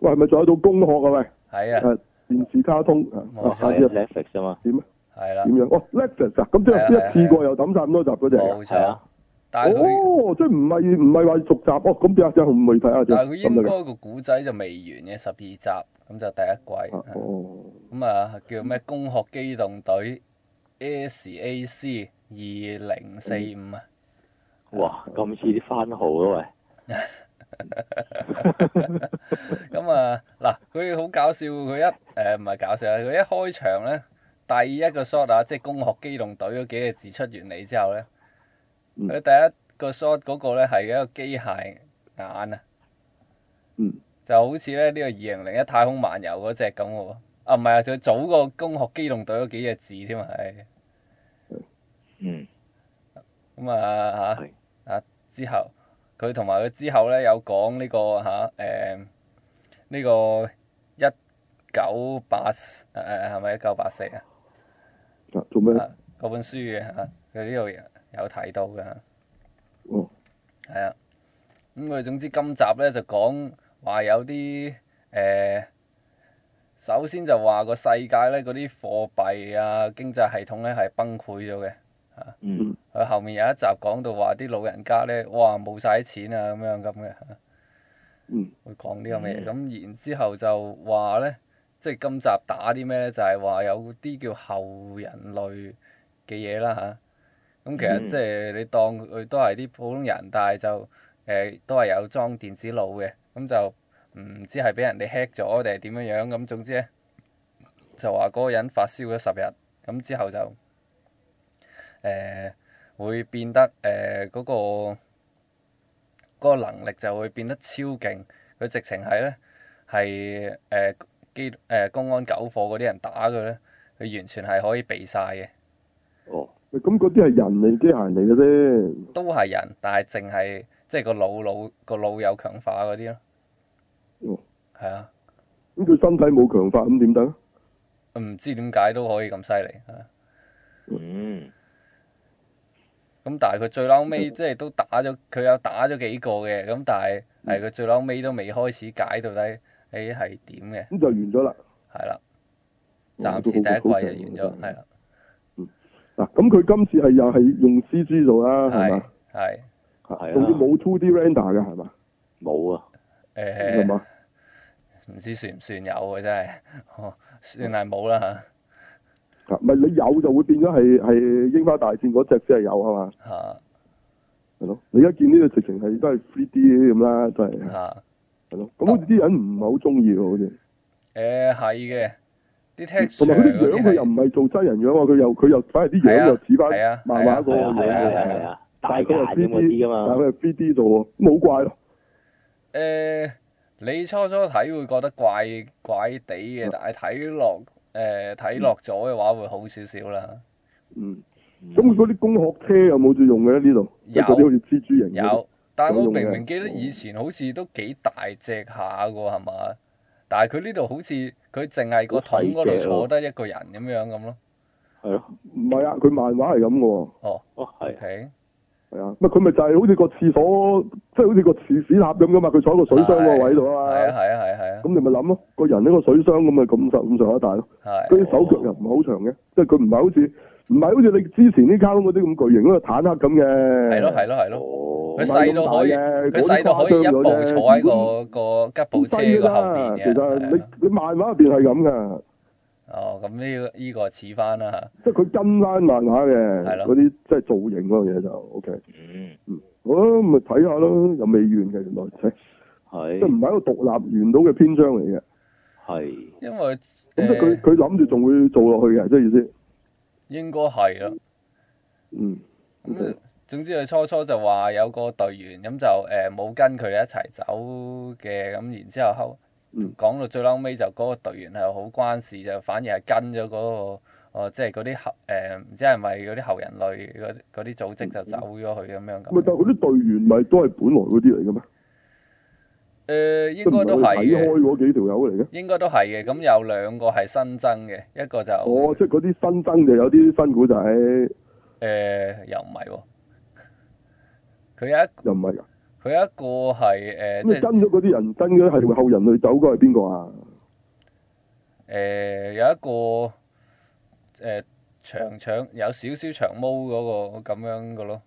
喂，係咪仲有套工學啊？喂，係啊，誒電視卡通啊冇啊，下次啊 Netflix 啊嘛，點啊？係啦點，樣？哦，Netflix 啊，咁即係啊係一次過又抌晒咁多集嗰只冇係錯啊。但係佢，哦，即係唔係唔係話續集哦？咁點啊？即係我未睇下但係佢啫，咁應得嘅。該個古仔就未完嘅，十二集咁就第一啊季。哦，咁啊，叫咩？工學機動隊 S.A.C. 二零四五啊，哇，咁似啲番號啊喂， 咁啊嗱，佢好搞笑，佢一誒唔係搞笑啊，佢一開場咧，第一個 shot 啊，即係工學機動隊嗰幾個字出完嚟之後咧，嗯佢第一個 shot 嗰個咧係一個機械眼啊，嗯，就好似咧呢個二零零一太空漫遊嗰只咁嘅喎，啊唔係啊，佢早過工學機動隊嗰幾隻字添啊，係。嗯，咁啊係嚇啊之後，佢同埋佢之後咧有講呢、個嚇誒呢個一九八誒係咪一九八四啊？啊做咩？啊嗰本書嘅嚇，佢呢度有有提到嘅嚇。哦，係啊，咁佢總之今集咧就講話有啲誒、呃首先就話個世界咧嗰啲貨幣啊經濟系統咧係崩潰咗嘅。嗯，佢後面有一集講到話啲老人家咧，哇冇晒啲錢啊咁樣咁嘅，嗯，會講啲咁嘅嘢。嗯咁然之後就話咧，即係今集打啲咩咧？就係話有啲叫後人類嘅嘢啦吓，咁其實嗯即係你當佢都係啲普通人，但係就誒、都係有裝電子腦嘅，咁就嗯唔知係俾人哋 hack 咗定係點樣樣。咁總之咧，就話嗰個人發燒咗十日，咁之後就誒。會變得誒嗰、個嗰個能力就會變得超勁。佢直情係咧係誒機誒公安九課嗰啲人打佢咧，佢完全係可以避晒嘅，哦，喂咁嗰啲係人嚟機械人嚟嘅啫。都係人，但係淨係即係個腦腦個腦有強化嗰啲咯。哦係啊，咁佢身體冇強化，咁點得啊？唔知點解都可以咁犀利啊！嗯，咁但係佢最嬲嗯尾即係都打咗，佢有打咗幾個嘅，咁但係係佢最嬲尾都未開始解到底誒係點嘅，咁就完咗啦。係啦。哦暫時第一季就完咗，嗯係啦，嗱，咁佢今次係又係用 C G 做啦，係係嘛？係係啊仲要冇 two D render 嘅係嘛？冇啊，係誒，嘛？唔知算唔算有啊？真係，哦，算係冇啦啊唔係你有就會變咗係係櫻花大戰嗰只先係有係嘛？嚇嚇係咯，你而家見呢個直情係都係 three D 咁啦，都係嚇係咯。哦咁好似啲人唔係好中意喎，好似。誒係嘅，啲 texture 同埋佢啲嗰樣啲佢又唔係啊係做真人樣喎，佢又佢又反而啲樣又似係翻啊漫畫嗰個係樣啊係啊喎，係啊，大但係眼佢又咁 3D，但嗰啲噶係嘛，佢係 3D 做喎，咁好怪咯。誒，呃你初初睇會覺得怪怪地嗯嘅，但係睇落誒睇落咗嘅話會好少少啦。嗯，咁佢嗰啲工學車有冇住用嘅咧？呢度即係嗰啲好似蜘蛛人嗰啲有，但係我嗯有用嘅明明記得以前好似都幾大隻下嘅喎，係嘛？但係佢呢度好似佢淨係個桶嗰度坐得一個人咁樣咁咯。係咯，唔係啊，佢漫畫係咁嘅喎，哦哦係啊， ，OK，係啊，咪佢咪就係好似個廁所，即係好似個廁屎塔咁噶嘛，佢坐喺個水箱個位度係啊啊，嘛，係啊，係啊，係啊咁你咪諗咯，個人呢個水箱咁咪咁上咁上下大咯，，係啊佢啲手腳又唔係好長嘅，即係佢唔係好似唔係好似你之前啲卡通嗰啲咁巨型嗰個坦克咁嘅，係咯，係咯，係咯。哦佢，細到可以，唔係咁大嘅佢細到可以一步坐喺個個吉好普車個後啦，其面實嘅。係你啊你漫畫入邊係咁噶，哦，咁呢個呢個似翻啦即係佢跟翻漫畫嘅係咯嗰啲即係造型嗰樣嘢就 OK，嗯，好啦，咪睇下咯，又未完嘅原 來，嗯切即係哦嗯係唔係一個獨立完到嘅篇章嚟嘅，係，嚇，因為呃咁即係佢誒佢諗住仲會做落去嘅，即係意思，應該係啦。嗯，咁總之佢初初就話有個隊員咁就誒冇跟佢哋一齊走嘅，咁然之後後嗯講到最嬲尾就嗰個隊員係好關事，就反而係跟咗嗰個哦，即係嗰啲後誒唔知係咪嗰啲後人類嗰嗰啲組織就走咗去咁樣咪咁。啊但係佢啲隊員咪都係本來嗰啲嚟嘅咩？誒呃應即係該唔係都佢係睇嘅開。嗰幾條友嚟嘅。應該都係嘅，咁有兩個係新增嘅，一個就誒、哦，即係嗰啲新增就有啲新古仔，又呃又唔係喎，佢有一唔係㗎。佢佢有一個係誒、呃即咁你係跟咗嗰啲人，跟咗係後人類走嗰個係邊個啊？誒、呃有一個誒、呃、長長有少少長毛嗰、個咁樣嘅咯，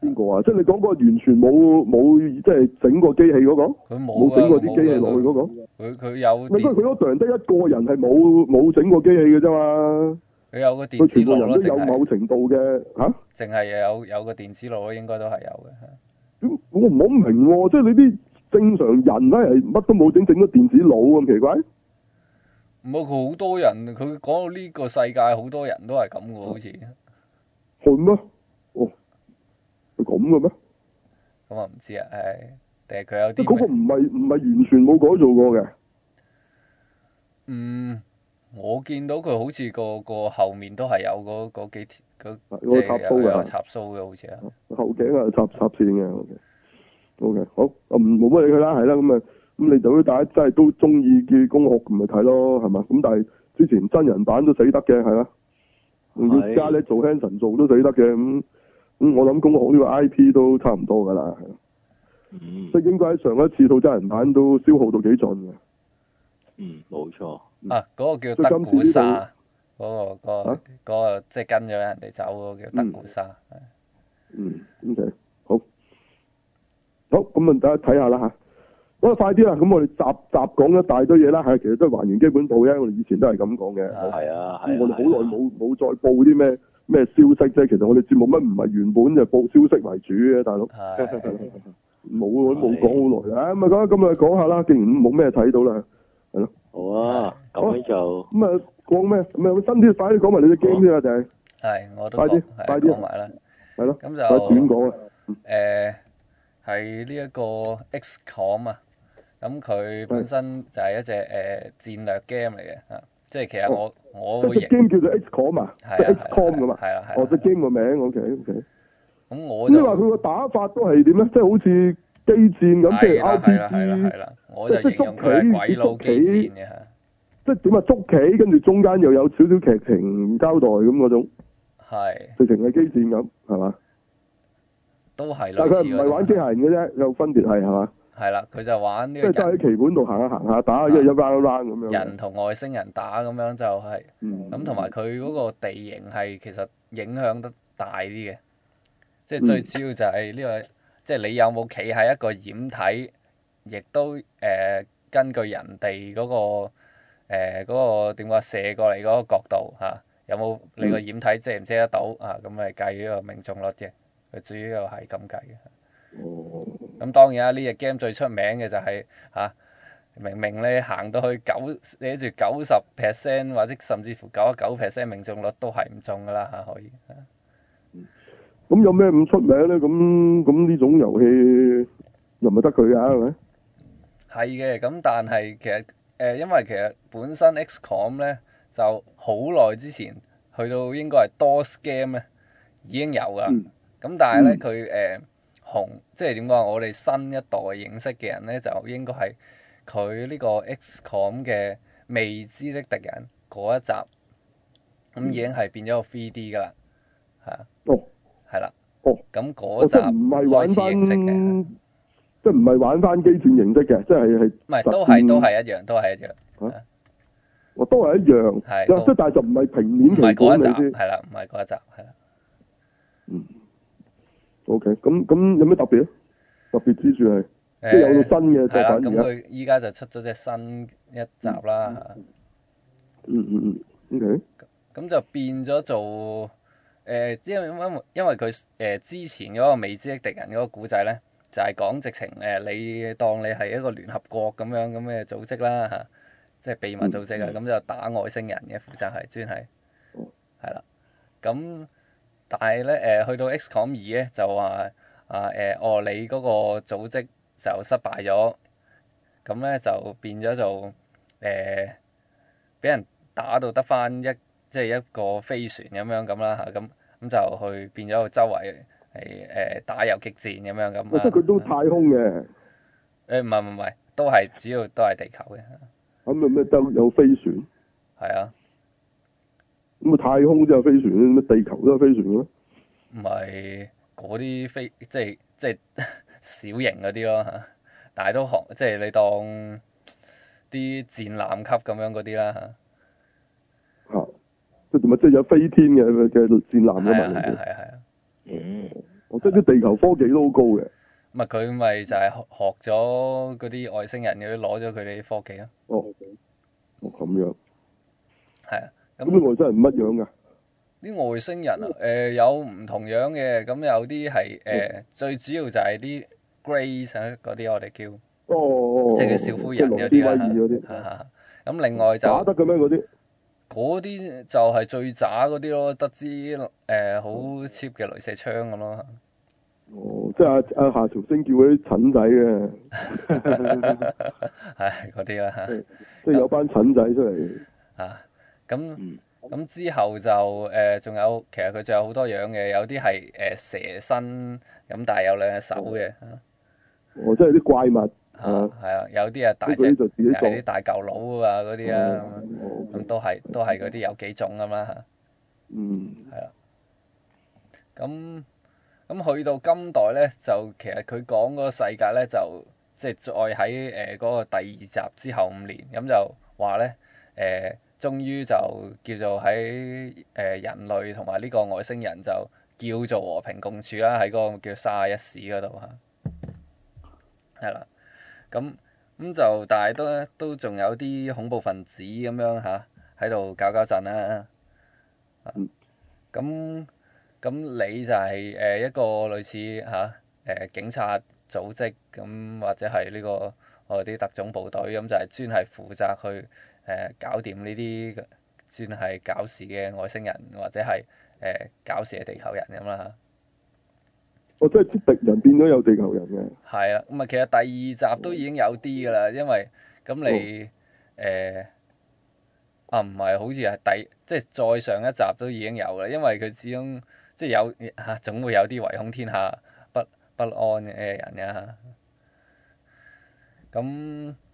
邊個啊？即係你講嗰個完全冇冇即係整過機器嗰、個，佢冇冇㗎，整過佢啲機器落去冇㗎啊嗰、個。佢佢有咪佢電，嗰度得一個人係冇冇整過機器嘅啫嘛，佢有個佢電子全部爐人嗯咯，都淨有某係程度嘅嚇。淨係有有個電子爐咯，應該都係有嘅。咁我唔好明喎，即係你啲正常人咧係乜都冇整，整咗電子腦咁奇怪。唔係佢好多人，佢講到呢個世界好多人都係咁哦嘅，好似係咩？哦，係咁嘅咩？咁啊唔知啊，係定係佢有即係嗰個啲咩唔係唔係完全冇改造過嘅。嗯，我見到佢好似個個後面都係有嗰嗰幾條嗰啊即有個係插蘇㗎有有插蘇嘅，好似啊。後頸啊插插線嘅，OK OK 好，啊唔冇乜理佢啦，係啦咁啊，咁你就大家真係都中意嘅公學咪睇咯，係嘛？咁但係之前真人版都死得嘅，係啦，仲要係加咧做 Hanson 做都死得嘅，咁咁我諗公學呢個 I P 都差唔多㗎啦，係啦嗯即係應該喺上一次套真人版都消耗到幾盡嘅，嗯，冇錯，啊，所嗰、個以叫德今次古呢沙，嗰、個嗰、啊個嗰、個即係跟咗人哋走嗰、個叫德古沙。嗯，OK 好，好咁啊，大家睇下啦嚇。好啦，快啲啦！咁我哋集集講一大堆嘢啦，係其實都係還原基本步啫。我哋以前都係咁講嘅。啊係啊，係啊。我哋好耐冇冇再報啲咩咩消息啫。其實我哋節目乜唔係原本就報消息為主嘅，大佬 係冇我都冇講好耐啦。咁啊，講咁啊，講下啦。既然冇咩睇到啦，好啊，咁樣就咁啊講咩？咁啊，新啲快啲講埋你隻 game 先啊啦，就係係，我都快啲講快係啲講埋啦。係咯，咁快短就講啊啦。誒係呢一個 XCOM 啊，咁佢本身就係一隻誒、戰略 game 嚟嘅嚇，啊即係其實我、我會即認哦係隻 game 叫做 XCOM 啊，係啊即係係啊 XCOM 噶嘛。係啦係啦哦，隻 game 個名，OK OK。咁我咁你話佢就個打法都係點咧？即係好似機戰咁，即係係啦係啦係啦 RPG，係啦，我就即係形容佢係鬼佬機戰嘅嚇。即係點啊？捉棋跟住中間又有少少劇情交代咁嗰種，係，直情係機戰咁，係嘛？都係但係類佢似唔嗰係種玩機械人嘅啫，有分別係係嘛？係啦，佢就玩呢即個係人喺棋盤度行下行下，打一一 round round 咁樣。嗯人同外星人打咁樣就係、嗯咁同埋佢嗰個地形係其實影響得大啲嘅，即嗯係最主要就係呢、個，即係你有冇企喺一個掩體，亦都誒、呃根據人哋嗰、個誒嗰、個點講啊射過嚟嗰個角度嚇、有冇嗯你個掩體遮唔遮得到啊？咁咪計呢個命中率嘅，佢主要係咁計嘅。哦，咁當然啦，呢只 game 最出名嘅就係、吓，明明咧行到去九寫住九十 percent 或者甚至乎九十九 percent 命中率都係唔中噶啦嚇，可以咁有咩咁出名咧？咁咁呢種遊戲又唔係得佢㗎，係咪？係嘅。咁但係其實誒、呃因為其實本身 XCOM 咧就好耐之前去到應該係 DOS game 咧已經有噶。嗯咁但係咧嗯佢誒紅，即係點講啊？我哋新一代認識嘅人咧，就應該係佢呢個 XCOM 嘅未知的敵人嗰一集，咁已經係變咗個 3D 噶啦，係啊，嗯哦，係啦，哦，咁嗰我集即係唔係玩開始翻，認識嘅，即係唔係玩翻機戰形式嘅，即係係唔係都嗯係都係一樣，都係一樣，我都係一樣，係即係但係就唔係平面唔係棋盤嗰一嚟集，先。係啦，唔係嗰一集，係啦， O K，咁咁有咩特別咧？特別之處係即係有誒到新嘅係啦，作咁品而家。啊佢依家就出咗隻新一集啦。嚇嗯嗯嗯，O K，咁就變咗做誒，因為因為因為佢誒、之前嗰個未知的敵人嗰個古仔咧，就係、講直情誒、你當你係一個聯合國咁樣咁嘅組織啦嚇、即係嗯秘密組織啊，咁、就打外星人嘅負責係專係哦，係啦。咁但係咧誒，去到 XCOM 二咧就話啊誒，哦你嗰個組織就失敗咗，咁咧就變咗做誒，俾、人打到得翻一。即係一個飛船咁樣咁啦嚇，咁咁就去變咗周圍係誒打遊擊戰咁樣咁哦啊即係佢都太空嘅，誒唔係唔係唔係，都係主要都係地球嘅，咁咪咩都有飛船，係啊，咁啊太空都有飛船，咩地球都有飛船嘅咩？唔係嗰啲飛即係即係 小型嗰啲咯嚇，但係都學即係你當啲戰艦級咁樣嗰啲啦嚇。吓，即係同埋即係有飛天嘅嘅戰艦係嘅啊係嘛嚟啊嘅，係啊係啊，嗯，我即係啲地球科技都好高嘅，咁啊佢咪就係學學咗嗰啲外星人嗰啲攞咗佢哋啲科技咯，哦，哦咁樣，係啊。咁啲咁外星人乜樣㗎？啲外星人啊，誒、有唔同樣嘅，咁有啲係哦誒最主要就係啲 Grays 啊嗰啲我哋叫。哦哦，即係佢少夫人嗰即啲係羅斯威爾嗰啦啲，嚇。咁另外就打得嘅咩嗰啲？嗰啲就係最渣嗰啲咯，得支誒好 cheap 嘅雷射槍咁咯。哦，即係阿阿夏朝星叫嗰啲蠢仔嘅， 係嗰啲啦嚇即係有班蠢仔出嚟。嚇。咁嗯，咁之後就誒仲有，其實佢仲有好多樣嘅，有啲係誒蛇身咁，但係有兩隻手嘅嚇。哦，即係啲怪物，嚇係啊，有啲啊大咁隻佢，就自己有做啲。大嚿佬啊嗰啲啊，哦咁都係都係嗰啲有幾種咁啦嚇。嗯，咁咁去到今代咧，就其實佢講嗰個世界咧，就即係再喺誒呃嗰個第二集之後五年，咁就話咧誒，終於就叫做喺誒、呃人類同埋呢個外星人就叫做和平共處啦，喺嗰個叫沙一市嗰度嚇，係啦，咁咁就但係都都仲有啲恐怖分子咁樣嚇喺度搞搞震啦，啊嗯咁。咁你就係、呃誒一個類似嚇誒警察組織咁，或者係呢、個我哋啲特種部隊咁，就係、專係負責去誒、搞掂呢啲專係搞事嘅外星人，或者係誒、呃搞事嘅地球人咁啦哦，即係啲敵人變咗有地球人嘅。嚇。係啊，咁啊，其實第二集都已經有啲噶啦，因為咁你誒、啊唔係，好似係第即係再上一集都已經有啦，因為佢始終即係有嚇、總會有啲唯恐天下不不安嘅人嘅嚇。咁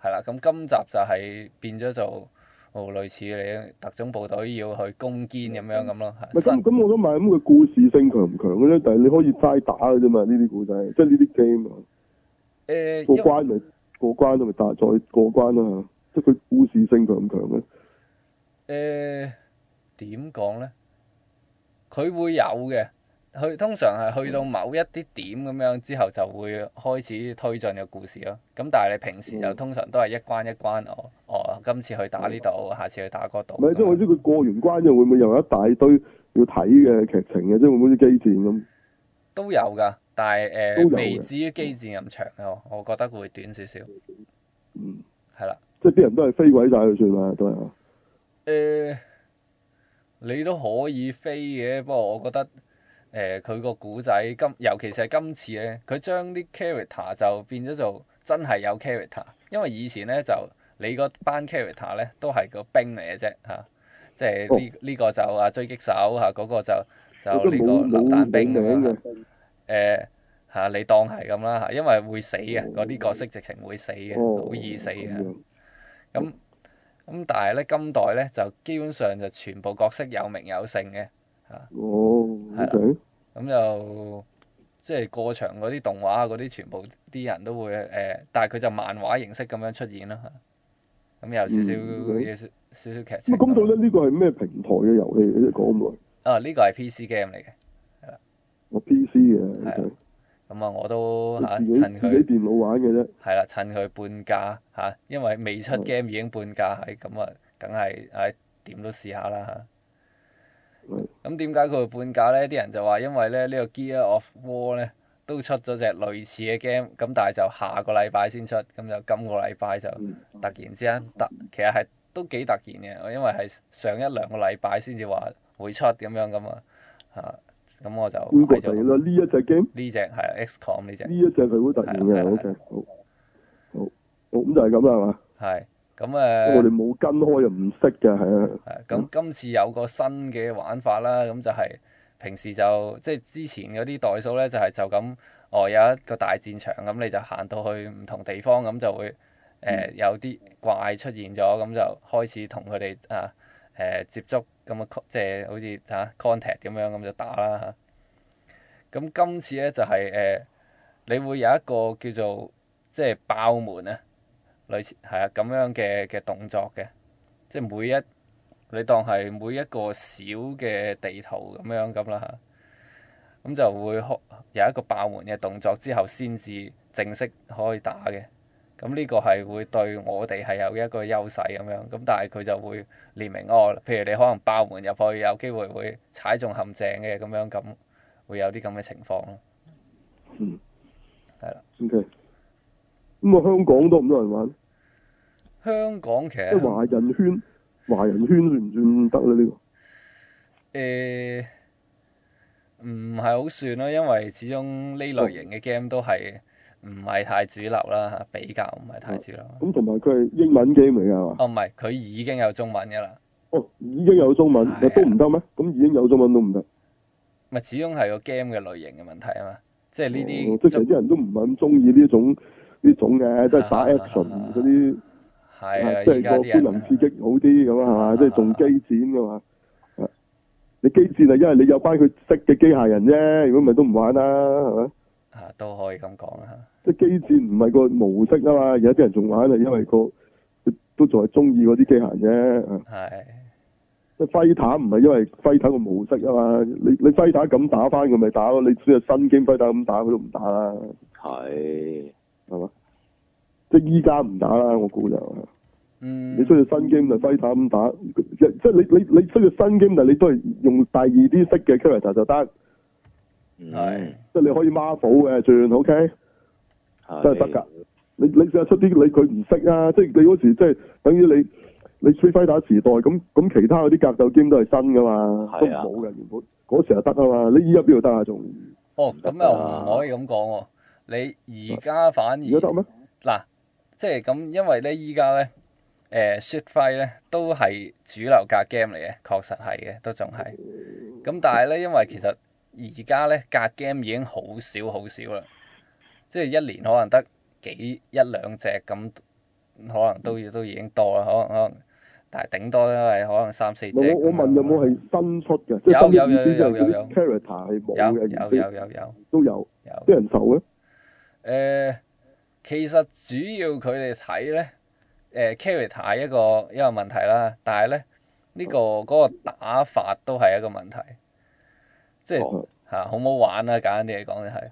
係啦，咁今集就係變咗做哦類似你特種部隊要去攻堅咁樣咁咯唔係嚇。咁咁，我想問咁佢故事性強唔強嘅咧？但係你可以齋打嘅啫嘛，呢啲故仔，即係呢啲 game 啊，誒過因為關咪過關咯，咪打再過關啦嚇。即係佢故事性強唔強嘅？誒呃點講咧？佢會有嘅，佢通常係去到某一啲點咁樣之後，就會開始推進嘅故事咯。咁但係你平時就嗯通常都係一關一關，哦哦，今次去打呢度，下次去打嗰度嗯唔係，即係我咁樣。知佢過完關之後會唔會又有一大堆要睇嘅劇情嘅？即係會唔會好似機戰咁？都有㗎，但係都有誒嘅未至於機戰咁長嘅，我覺得會短少少。嗯，係啦，即係啲人都係飛鬼晒佢算啦，都係啊。誒呃你都可以飛嘅，不過我覺得誒佢個古仔今，尤其是係今次咧，佢將啲 character 就變咗做真係有 character，因為以前咧就你嗰班 character 咧都係個兵嚟嘅啫嚇，即係呢呢個就啊狙擊手嚇，嗰、個就就都哦哦呢冇個冇榴彈兵啊冇咁樣名嚇嘅。誒嚇、你當係咁啦嚇，因為會死嘅，嗰啲角色直情會死嘅，哦，好易死啊嘅咁。樣咁咁但係咧，今代咧就基本上就全部角色有名有姓嘅，哦，OK，啊咁就即係過場嗰啲動畫啊嗰啲，全部啲人都會誒、呃但係佢就漫畫形式咁樣出現啦嚇。咁有少少、嗯，OK 有少少少劇情咁咁咁咯。到底呢個係咩平台嘅遊戲嚟嘅？講咁耐，啊，呢個係 PC game 嚟嘅，我 PC 嘅係啊 OK，咁啊我都嚇、我自己趁自佢己電腦玩嘅啫。係啦，趁佢半價嚇、因為未出嗯 game 已經半價係咁啊，梗係唉點都試下啦嚇。係咁點解佢會半價呢？啲人就話因為咧呢、呢個 Gear of War 咧都出咗隻類似嘅 game，咁但係就下個禮拜先出，咁就今個禮拜就突嗯然之間突，其實係都幾突然嘅，因為係上一兩個禮拜先至話會出咁樣咁啊嚇，咁我就邊個買嚟咗啦？呢一隻 game，呢只係 XCOM 呢只呢。一隻係好突然係嘅。啊 OK，好，好，好，咁就係咁啦，係嘛？係咁呃因為我誒哋冇跟開又唔識嘅，係啊。係咁今次有個新嘅玩法啦，咁就係平時就即係之前嗰啲代數咧，就係就咁哦有一個大戰場咁，你就行到去唔同地方咁就會誒、呃有啲怪出現咗，咁就開始同佢哋啊誒接觸，咁啊 con- 即係好似啊嚇 contact 咁樣咁就打啦嚇。咁今次咧就係、誒、呃你會有一個叫做即係爆門啊，類似係啊咁樣嘅嘅動作嘅，即係每一你當係每一個小嘅地圖咁樣咁啦嚇，咁就會開有一個爆門嘅動作之後先至正式可以打嘅。咁呢個係會對我哋係有一個優勢咁樣，咁但係佢就會列明哦，譬如你可能爆門入去，有機會會踩中陷阱嘅咁樣，咁會有啲咁嘅情況咯。嗯，係啦。 O K，咁啊，香港多唔多人玩？香港其即係實華人圈，華人圈算唔算得咧？呢、誒呃唔係好算咯，因為始終呢類哦型嘅 game 都係唔係太主流啦，比較唔係太主流。個咁同埋佢係英文 game 嚟㗎係嘛？哦，唔係，佢已經有中文㗎啦，哦，已經有中文，係啊都唔得咩？咁已經有中文都唔得。咪始終係個 game 嘅類型嘅問題啊嘛，即係呢哦即係其啲實啲人都唔係咁中意呢種呢種嘅，都係打啊啊啊 action 嗰啲，係啊，即而係家個啲官人能刺激好啲咁啊，係嘛？即係仲機戰㗎嘛。啊你機戰啊，因為你有班佢識嘅機械人啫，如果唔係都唔玩啦，係咪？啊都可以咁講啊啦。即係機戰唔係個模式啊嘛，而家啲人仲玩係因為個都仲係中意嗰啲機械人啫。啊係即係揮打唔係因為揮打個模式啊嘛，你你揮打咁打翻佢咪打咯，你只係新 game 揮打咁打佢都唔打啦，係係嘛？即係依家唔打啦，我估就嗯，你需要新 game 就揮打咁打，即即係你你你需要新 game，但係你都係用第二啲色嘅 character 就得，係嗯即係你可以 Marvel 嘅轉 OK，係真係得㗎。你你試下出啲你佢唔識啊，即係你嗰時即係等於你你 Street Fighter 時代咁咁，其他嗰啲格鬥 game 都係新噶嘛，都係啊冇嘅原本嗰時就得啊嘛，你依家邊度得啊仲？哦，唔得咁㗎又唔可以咁講喎。你而家反而而家得嗱，咩？即係咁，因為咧依家咧，誒 Shoot Fight 咧都係主流格 game 嚟嘅，確實係嘅，都仲係。咁但係咧，因為其實而家咧格 game 已經好少好少啦，即係一年可能得幾一兩隻咁，可能都嗯要都已經多啦，可能可能，但係頂多都係可能三四隻唔係咁樣。我我問有冇係新出嘅，即係啊有新有出意思即係有有有嗰啲 character 係冇有嘅，有而有有有都有有。啲人受嘅。誒、呃其實主要佢哋睇咧，誒、character 一個一個問題啦，但係咧呢、個嗰、個打法都係一個問題，即係哦嚇、好唔好玩啦、簡單啲嚟講就係、嚇。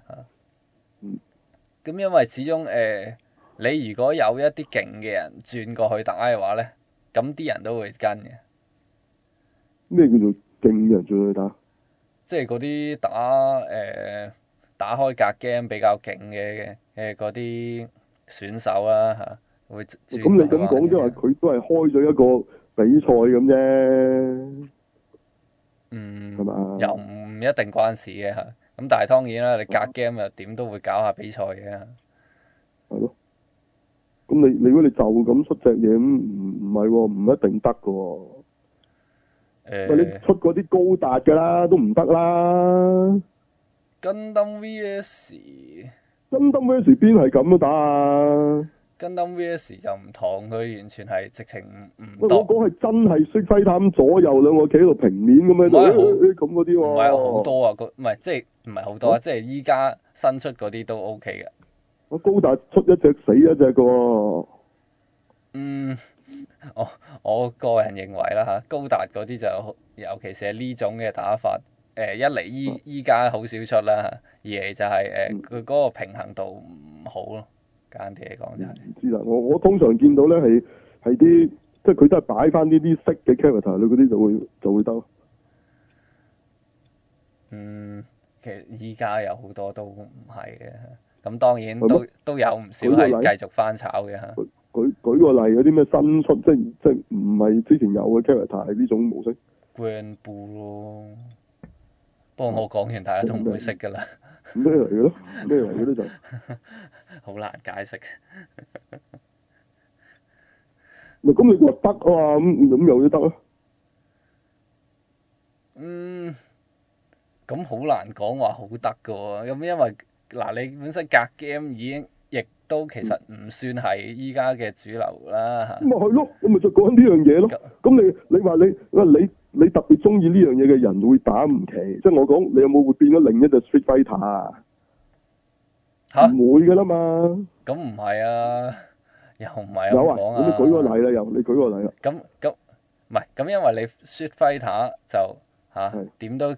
嗯咁、因為始終誒、呃你如果有一啲勁嘅人轉過去打嘅話咧，咁啲人都會跟嘅，咩叫做勁人轉去打？即係嗰啲打誒、打開格 game 比較勁嘅嘅嗰啲選手啦嚇、會轉咁你過去咁玩講嘅即係話佢都係開咗一個比賽咁啫，嗯係，嘛？又唔一定關事嘅嚇。咁但係當然啦，你哦隔 game 又點都會搞下比賽嘅。係咯。咁你如果你就咁出隻嘢咁，唔唔係喎，唔一定得嘅喎。喂，你誒出嗰啲高達㗎啦，都唔得啦。 ，Gundam VS 真登 v s 邊係咁都打啊？ Gundam VS 就唔同，佢完全係直情唔唔喂，我當，講係真係識揮探左右兩個企喺度平面咁樣唔係好度，咁嗰啲喎。唔係好。多啊。個唔係即係唔係好多啊，即係依家新出嗰啲都 OK 嘅。我高達出一隻死一隻嘅喎，嗯，我我個人認為啦嚇，高達嗰啲就尤其是係呢種嘅打法，誒、一嚟嗯依依家好少出啦嚇，二嚟就係誒佢嗰個平衡度唔好咯，簡單啲嚟講就係、唔知啦。我我通常見到咧係係啲即係佢都係擺翻呢啲色嘅 character 裏嗰啲就會就會得咯。嗯，其實依家有好多都唔係嘅，咁當然係都咩都有唔少啊舉個例係繼續翻炒嘅嚇。舉舉個例，嗰啲咩新出即係即係唔係之前有嘅 character 係呢種模式， Grand Blue 咯，不過我講完大家都唔會識㗎啦，咩嚟嘅咧？咩嚟嘅咧就係好難解釋。咪咁你話得啊嘛？咁咁有都得啊？嗯，咁好難講話好得㗎喎，咁因為嗱你本身格 game 已經亦都其實唔算係依家嘅主流啦嚇咁，咪係咯，我咪就講呢樣嘢咯。咁你你話你喂你你特別中意呢樣嘢嘅人會打唔奇，即係我講你有冇會變咗另一隻 Street Fighter 啊？吓唔會噶啦嘛，咁唔係啊，又唔係有咁啊，講咁你舉個例啦，又你舉個例啦，咁咁唔係咁，因為你 s h i t fighter 就嚇係點、都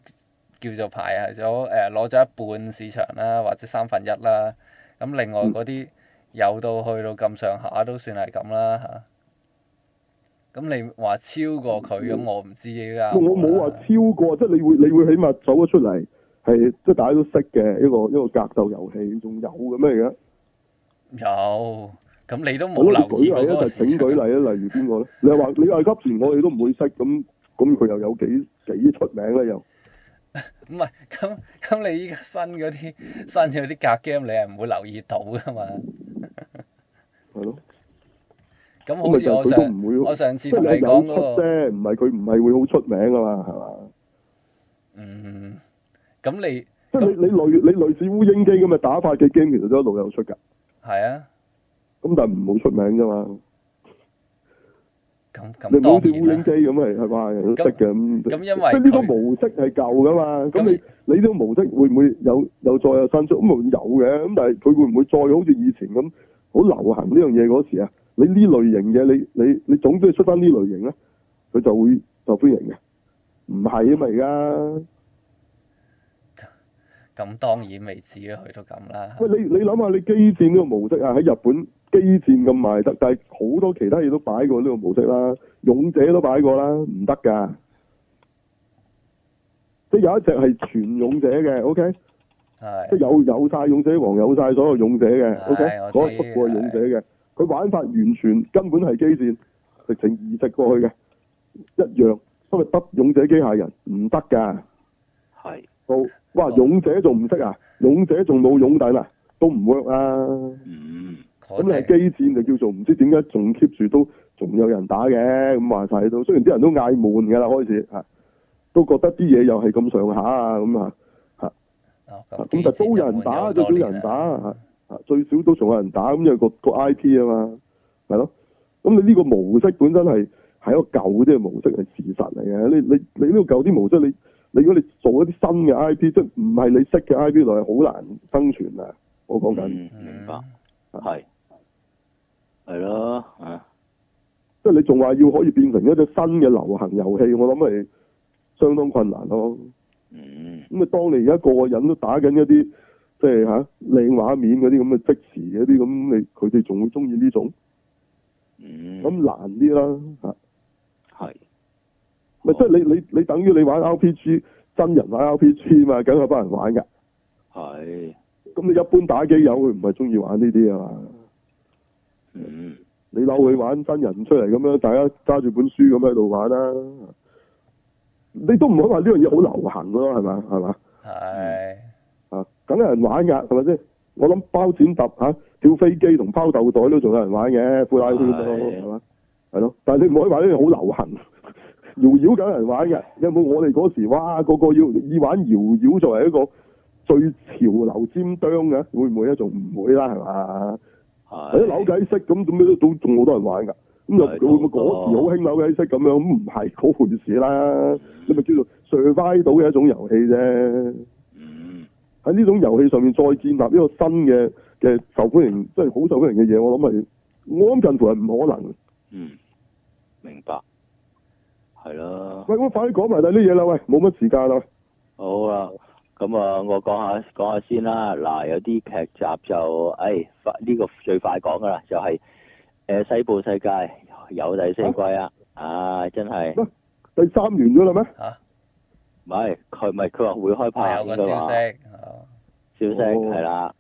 叫做排係咗誒攞咗一半市場啦，或者三分一啦。咁另外嗯嗰啲有到去到咁上下都算係咁啦嚇。咁、你話超過佢咁，啊我唔知依家有嗯我啦冇啊話超過，即係你會你會起碼走咗出嚟，係即係大家都識嘅一個一個格鬥遊戲，仲有嘅咩而家？有。咁你都我冇覺得留舉意例啊，嗰個就請市舉場例啊，例如邊個咧？你話你話急前我哋都唔會識，咁咁佢又有幾幾出名咧？又唔係咁 咁，你依家新嗰啲嗯新嗰啲格 game，你係唔會留意到噶嘛？係咯，咁咁咪好似就係佢我都上唔會我咯，上次即同係你你有講出嗰個。啫，唔係佢唔係會好出名噶嘛，係嘛？嗯，咁你即係咁你你類你類似烏蠅機咁嘅打法嘅 game，其實都一路有出㗎，係啊，咁但係唔好出名啫嘛。咁咁你唔好似烏當然蠅啦機，咁係係嘛，人都識嘅咁。咁因為即係呢個佢模式係舊噶嘛，咁咁你你呢個模式會唔會有有再有新出？咁會有嘅，咁但係佢會唔會再好似以前咁好流行呢樣嘢嗰時啊？你呢類型嘅你你你總之要出翻呢類型咧，佢就會受歡迎嘅。唔係啊嘛，而家咁當然未至於去到咁啦。喂你你諗下，你機戰呢個模式啊，喺日本機戰咁賣得，但係好多其他嘢都擺過呢個模式啦，勇者都擺過啦，唔得㗎。即係有一隻係全勇者嘅，OK。即係係有有晒勇者王，有晒所有勇者嘅係，OK，我知嗰一出過勇者嘅，佢玩法完全根本係機戰，直情移植過去嘅，一樣，不過得勇者機械人唔得㗎，係好，哇，哦勇者仲唔識啊？勇者仲冇勇等啊？都唔 work 啊！嗯咁你係嗰隻機戰就叫做唔知點解仲 keep 住都仲有人打嘅，咁話晒都，雖然啲人都嗌悶㗎啦，開始嚇，都覺得啲嘢又係咁上下啊咁嚇。哦啊咁咁機就戰都有就人打，換咗好最多少有年人啦打啊！啊最少都仲有人打，咁因為個個 I P 啊嘛，係咯。咁你呢個模式本身係係一個舊啲嘅模式，係事實嚟嘅。你你你呢個舊啲模式，你你如果你做一啲新嘅 I P，即係唔係你識嘅 I P 內，係好難生存啊！我講緊，嗯嗯明白係係咯啊即係你仲話要可以變成一隻新嘅流行遊戲，我諗係相當困難咯。嗯咁啊，當你而家個個人都打緊一啲即係嚇靚畫面嗰啲咁嘅即時嗰啲咁，你佢哋仲會中意呢種嗯咁難啲啦嚇。係咪即係你你你等於你玩 RPG 真人玩 RPG 嘛，梗有班人玩㗎。係咁你一般打機友佢唔係中意玩呢啲啊嘛。嗯你扭佢玩真人出嚟咁樣，大家揸住本書咁喺度玩啦。你都唔可以話呢樣嘢好流行咯，係嘛係嘛？係啊，梗有人玩㗎，係咪先？我諗包剪揼嚇、跳飛機同拋豆袋都仲有人玩嘅，呼拉圈都係係嘛？係咯，但係你唔可以玩呢樣好流行。 搖搖梗有人玩嘅，有冇我哋嗰時哇個個要以玩搖搖作為一個最潮流尖端嘅，會唔會啊咧？仲唔會啦，係嘛？係係啲扭計式咁，咁都都仲好多人玩㗎。咁又係會唔會都嗰時多嗯好興扭計式咁樣？咁唔係嗰回事啦，你咪叫做 survive 到嘅一種遊戲啫。嗯喺呢種遊戲上面再建立一個新嘅嘅受歡迎，即係好受歡迎嘅嘢，我諗係我諗近乎係唔可能。嗯明白係咯。喂，我快啲講埋第啲嘢啦，喂，冇乜時間啦。好啦，咁啊，我講下講下先啦。嗱，有啲劇集就，誒、哎，快呢、個最快講噶啦，就係、誒、西部世界有第四季啊！啊，真係喂第三完咗啦咩？嚇，唔係佢唔係佢話會開我拍有個應該消話息消哦息哦係啦，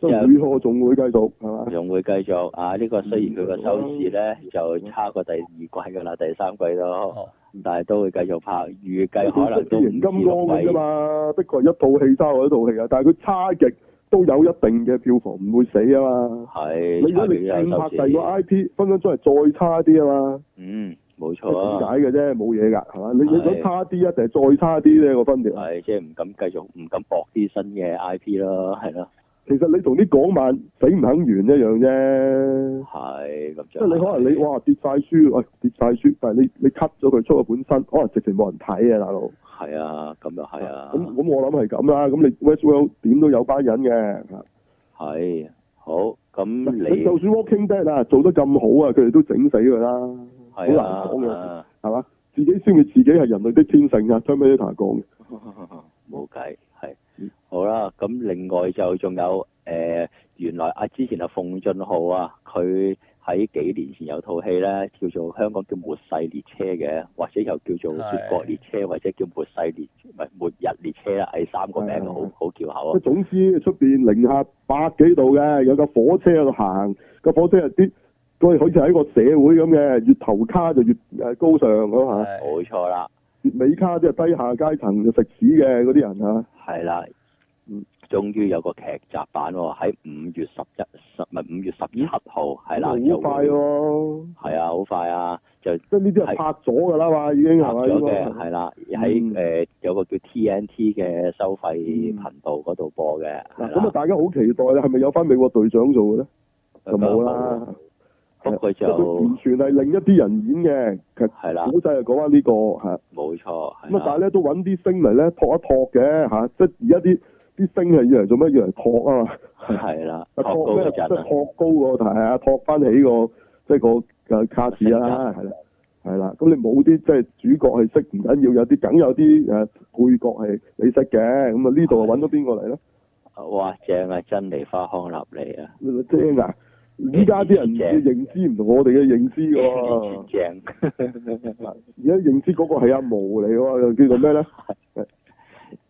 即係會可仲會繼續係嘛？仲會繼續啊！呢、個雖然佢個收視咧就差過第二季噶啦，第三季都，哦啊但係都會繼續拍，預計可能都變成唔金止剛六咁啫季。嘛，的確係一套戲差過一套戲啊，但係佢差極都有一定嘅票房，唔會死啊嘛。係，你如果差你距有硬拍收第二個視。 IP，分分鐘係再差啲啊嘛。嗯，冇即係錯啊咁。解嘅啫，冇嘢㗎，係嘛？你你係想差啲啊，定係再差啲咧個分別啊？係即係唔敢繼續，唔敢搏啲新嘅 I P 咯，係咯，其實你同啲港漫死唔肯完一樣啫，係咁即係就係。你可能你哇跌晒書，喂、跌晒書，但係你你 cut 咗佢出個本身，可能直情冇人睇啊，大佬。係啊，咁又係啊，咁咁我諗係咁啦，咁你 Westworld 點都有班人嘅，係好咁你你就算 Walking Dead 啊，做得咁好啊，佢哋都整死佢啦，好係難啊講嘅，係嘛？自己先會自己係人類的天性啊 t e r m i n a t 講嘅。啊冇計係好啦。咁另外就仲有誒，原來啊之前啊馮俊浩啊，佢喺幾年前有套戲咧，叫做香港叫《末世列車》嘅，或者又叫做《係絕國列車》，或者叫《末世列》唔係《末日列車》啦，係三個名係係好係好叫口咁啊。總之出邊零下百幾度嘅，有架火車喺度行，架火車係啲佢好似喺個社會咁嘅，越頭卡就越誒高尚咁嚇，係冇錯啦。越尾卡即係低下階層就食屎嘅嗰啲人啊嚇。係啦，嗯終於有個劇集版喎，喺五月十一十唔係五月十七號，係啦，好快喎，喎、係啊，好快啊，就即係呢啲係係拍咗㗎啦嘛，已經拍係咪？咗嘅，應該係啦，嗯喺誒有個叫 TNT 嘅收費嗯頻道嗰度播嘅，係嗱，咁啊，啦，大家好期待啦，係咪有翻美國隊長做嘅咧？就冇啦，啊不過即係佢就完全係另一啲人演嘅，其實係啦，古仔係講翻呢個嚇。冇錯，係咁啊，但係啦，咧都揾啲星嚟咧托一托嘅嚇，即係而家啲啲星係要嚟做咩？要嚟托啊嘛， 係啦，啊托高咩？嗰即係陣托高個係啊，托翻起個即係個誒卡士啦，係啦。係啦，咁你冇啲即係主角係識唔緊要，有啲梗有啲誒配角係你識嘅，咁啊呢度啊揾咗邊個嚟咧？啊，哇，正啊，珍妮花康納利啊，你咪精啊！依家啲人嘅認知唔同我哋嘅認知嘅喎。 正，而家認知嗰個係阿毛嚟喎，又叫做咩咧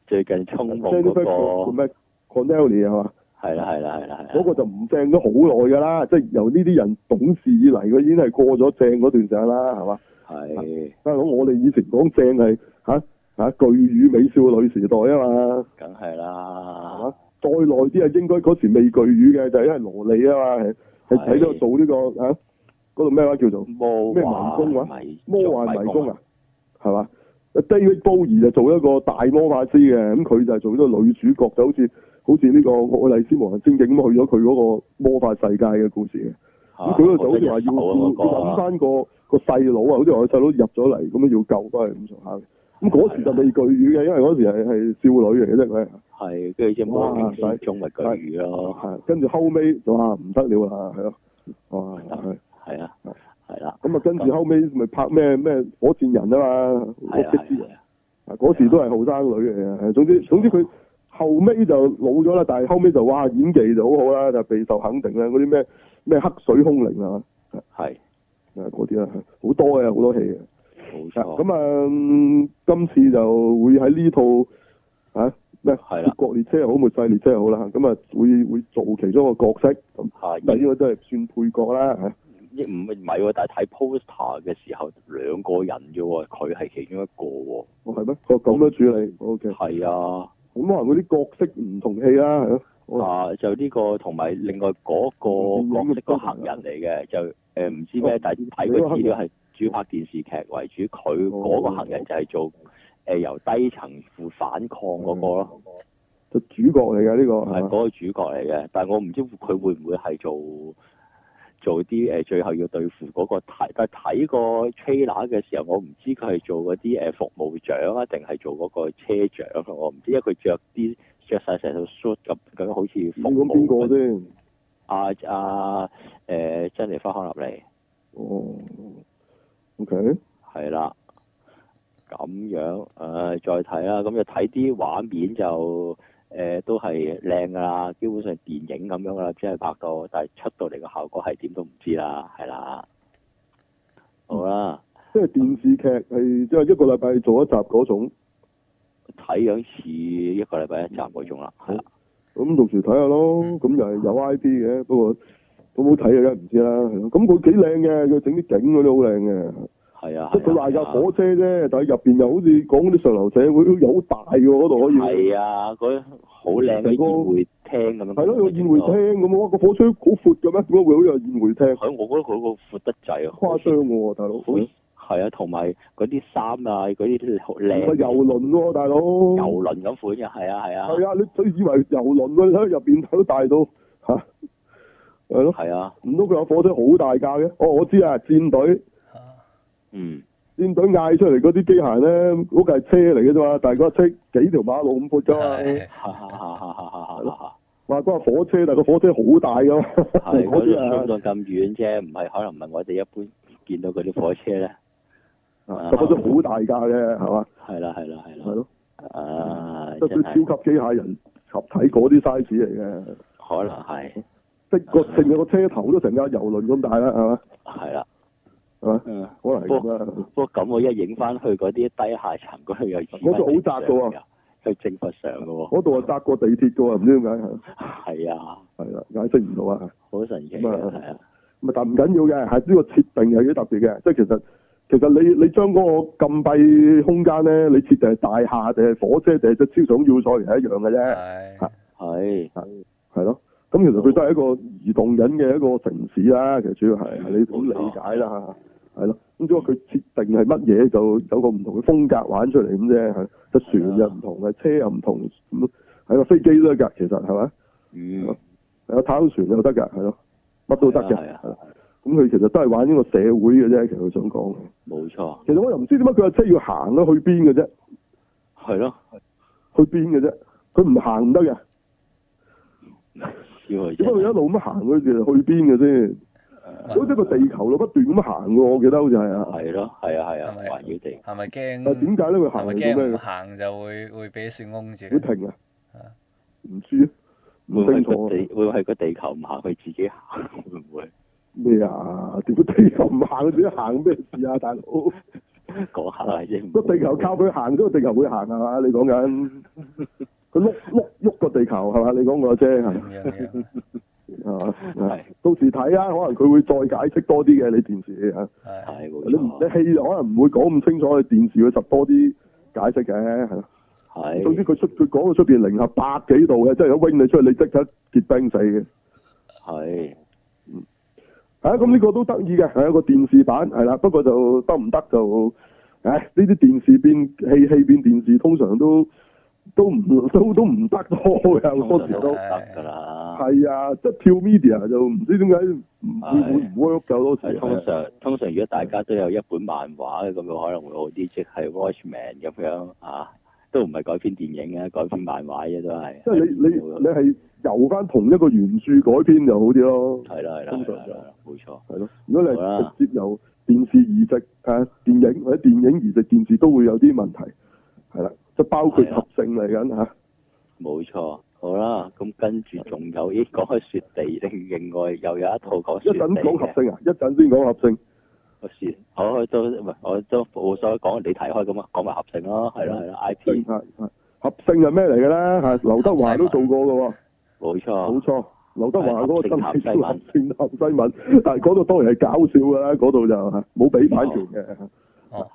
最近衝夢嗰？Jennifer 叫個咩 Connelly 係嘛？係啦係啦係啦係啦，嗰個就唔正咗好耐㗎啦，即係由呢啲人懂事以嚟，佢已經係過咗正嗰段時間啦，係嘛？係。啊咁我哋以前講正係嚇嚇巨乳美少女時代啊嘛，梗係係啦嘛，？再耐啲啊，應該嗰時未巨乳嘅，就係因為羅莉啊嘛，係係係喺度做呢個嚇嗰度咩話叫做魔咩迷宮啊迷魔幻迷宮啊，係嘛？David Bowie 就做一個大魔法師嘅，咁佢就係做呢個女主角，就好似好似呢個愛麗絲無人仙境咁去咗佢嗰個魔法世界嘅故事嘅。啊咁佢嗰度就好似話要我覺得揾有手啊嗰個翻個個細佬啊，好似話佢細佬入咗嚟，咁樣要救翻係咁上下嘅。咁嗰時啊就未巨乳嘅，因為嗰時係係少女嚟嘅啫，佢係係跟住隻魔影仙中咪巨魚咯，係啊跟住後尾就話唔得了啦，係咯，哇係係啊，係啦，咁啊，跟住後尾咪拍咩咩火箭人啊嘛，係屋企啊，之係啊，啊啊嗰時都係後生女嚟嘅，總之總之佢後尾就老咗啦，但係後尾就哇演技就好好啦，就備受肯定啦，嗰啲咩咩黑水空靈啊，係啊嗰啲啦，好多嘅好多戲嘅。冇啊錯，咁啊、嗯今次就會喺呢套啊咩係啦《國列車》又好，《末世列車》又好啦，咁啊會會做其中一個角色咁，係但係呢個都係算配角啦嚇。亦唔係唔係喎，但係睇 poster 嘅時候兩個人啫喎，佢係其中一個喎，哦係咩？哦咁樣處理，OK。咁係啊。可能嗰啲角色唔同戲啦，係咯。好啦啊，就呢個同埋另外嗰個角色嗯個黑人嚟嘅，就誒唔知咩，但係睇個哦資料係主拍電視劇為主，佢嗰個黑人就係做誒由低層負反抗嗰個咯，就主角嚟嘅呢個係係嘛嗰個主角嚟嘅，但係我唔知佢會唔會係做做啲誒最後要對付嗰個睇，但係睇個 trailer 嘅時候，我唔知佢係做嗰啲誒呃服務長啊，定係做嗰個車長啊，我唔知，因為佢着啲着晒成套 suit 咁咁，好似服咁邊務個先？阿阿誒啊呃珍妮花康納利哦，OK。係啦，咁樣誒、呃再睇啦，咁就睇啲畫面就誒、呃都係靚噶啦，基本上電影咁樣噶啦，只係拍到，但係出到嚟個效果係點都唔知啦，係啦，好啦，即係電視劇係即係一個禮拜做一集嗰種，睇樣似一個禮拜一集嗰種啦，嗯係啦，咁到時睇下咯。嗯咁又係有 I P 嘅，不過好唔好睇啊？梗係唔知啦。係咯咁佢幾靚嘅，佢整啲景嗰啲好靚嘅。係啊，即係佢話有有火車啫，但係入邊又好似講嗰啲上流社會，有好大嘅喎嗰度可以。係啊，嗰好靚嘅成個宴會廳咁樣，係咯，有個宴會廳咁哇！個火車好闊嘅咩？點解會好似有宴會廳？佢我覺得佢個闊得滯啊，誇張喎，大佬。好係啊，同埋嗰啲衫啊，嗰啲好靚個遊輪喎，大佬。遊輪咁款嘅，係啊係啊，嗯係啊，你最以為遊輪喎？你睇佢入邊都大到嚇，係咯。係啊，唔通佢有火車好大架嘅？哦，我知啊，戰隊啊嗯，戰隊嗌出嚟嗰啲機械咧，嗰架係車嚟嘅啫嘛，但係嗰架車幾條馬路咁闊㗎嘛，係哈哈哈哈哈哈哈哈，話嗰架火車，但係個火車好大㗎嘛，係嗰嗰啲啲衝啊，到咁遠啫，唔係可能唔係我哋一般見到嗰啲火車咧。啊個火車好大架嘅，係嘛？係啦係啦係係啦，咯，啊即係啲真係超級機械人合體嗰啲 size 嚟嘅，可能係即係個成個車頭都成架遊輪咁大啦，係嘛？係啦，係嘛？嗯。可能係咁啊啦。不過咁我一影翻去嗰啲低下層嗰度又影返嗰度好窄㗎喎正常㗎，有正佛上嘅喎，嗰度啊，搭過地鐵嘅喎，唔知點解係係啊，係啦，解釋唔到啊。好神奇啊，咁啊係啊，咪但唔緊要嘅，係呢個設定係幾特別嘅，即係其實其實你你將嗰個禁閉空間咧，你設定係大廈定係火車定係隻超想要塞係一樣嘅啫，係係係咯。咁其實佢都係一個移動緊嘅一個城市啦，其實主要係係你咁理解啦，係咯。咁只不過佢設定係乜嘢就有個唔同嘅風格玩出嚟咁啫，係隻船又唔同嘅，車又唔同，咁係咯，飛機都得㗎，其實係咪？嗯，係啊，太空船又得㗎，係咯，乜都得嘅。係啊係啊咁佢其實都係玩呢個社會嘅啫，其實佢想講。冇錯，其實我又唔知點解佢架車要行啊啦，去邊嘅啫，係咯，去邊嘅啫，佢唔行唔得嘅。點解佢一路要佢真咁行佢就去邊嘅先？好似個地球路不斷咁行嘅，我記得好似係啊。係咯，係啊係啊係，咪環繞地，係咪但係啊點驚？解咧？佢係行嚟咪做驚唔咩？行就會會俾雪擁住？會停啊啊？唔知啊，會唔唔會清係楚個啊地會唔會係個地球唔行，佢自己行會唔會？咩啊？點解地球唔行，佢自己行咩事啊，大佬？講下啫，個地球靠佢行，都個地球會行係嘛？你講緊佢碌碌喐個地球係嘛？你講個啫係咁嘛樣樣係嘛？係到時睇啊，可能佢會再解釋多啲嘅。你電視啊，係係你唔冇你錯，戲可能唔會講咁清楚，你電視會實多啲解釋嘅，係咯。總之係佢出佢講到出邊零下百幾度嘅，即係有 wing 你出去，你即刻結冰死嘅。係哦係啊，咁呢個都得意嘅，係一個電視版係啦。不過就得唔得就，唉，呢啲電視變戲戲變電視，通常都都唔都都唔得多嘅，好多時都都得。㗎啦。係啊，即係跳 media 就唔知點解唔會會唔 work 嘅好多時係係。通常通常如果大家都有一本漫畫嘅，咁樣可能會好啲，即係 Watchman 咁樣啊，都唔係改編電影啊，改編漫畫嘅都係。即係你你你係由翻同一個原著改編就好啲咯，係啦係啦通常係啦，冇錯。係咯。如果你好啦係直接由電視移植啊電影或者電影移植電視都會有啲問題，係啦，即係包括係啦合成嚟緊嚇。冇錯，好啦，咁跟住仲有，咦，講開雪地，另另外又有一套講一雪地陣講合嘅，成啊，一陣先講合成。我雪，我都唔係，我都冇所謂講，你睇開咁啊，講埋合成咯，係啦係啦，I 嗯係 P，係係合成係咩嚟嘅咧？嚇，劉德華都做過嘅喎，冇冇錯，錯。劉德華嗰個真合係成合成 合西文，但係嗰度當然係搞笑㗎啦，嗰度就嚇冇俾版權嘅。啊哦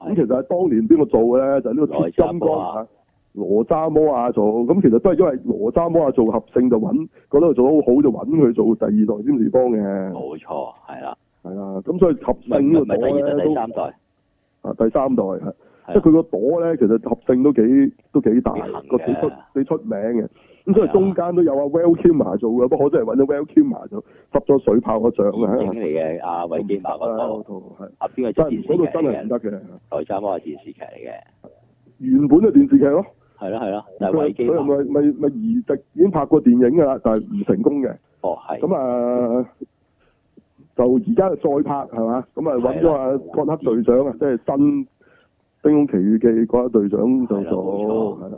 咁其實係當年邊個做嘅咧？就係呢個鐵金剛啊，羅渣摩亞做。咁其實都係因為羅渣摩亞做合勝就揾，覺得佢做得好好就揾佢做第二代占士邦嘅。冇錯，係啦，係啊，咁所以合唔係勝哦呢唔係唔個朵係第二代咧第都三代，啊第三代係，係即係佢個朵咧其實合勝都幾都幾大幾行嘅個幾出幾出名嘅。咁所以中間都有啊 Well Kilmer 做嘅，不過我真係揾咗 Well Kilmer 就執咗水炮個獎電啊影。嚟嘅，阿韋基馬嗰嗰度，度係，阿邊個但做電係視嗰度劇真係唔嚟嘅，得嘅，台山嗰個電視劇嚟嘅，原本嘅電視劇咯。係咯係咯，但係佢韋基佢馬，咪咪咪移植已經拍過電影㗎啦，但係唔成功嘅。哦係，咁啊，就而家再拍係嘛？咁啊揾咗阿係啦郭克隊長啊，即係新《冰空奇遇記》郭克隊長係就啦冇做，係啦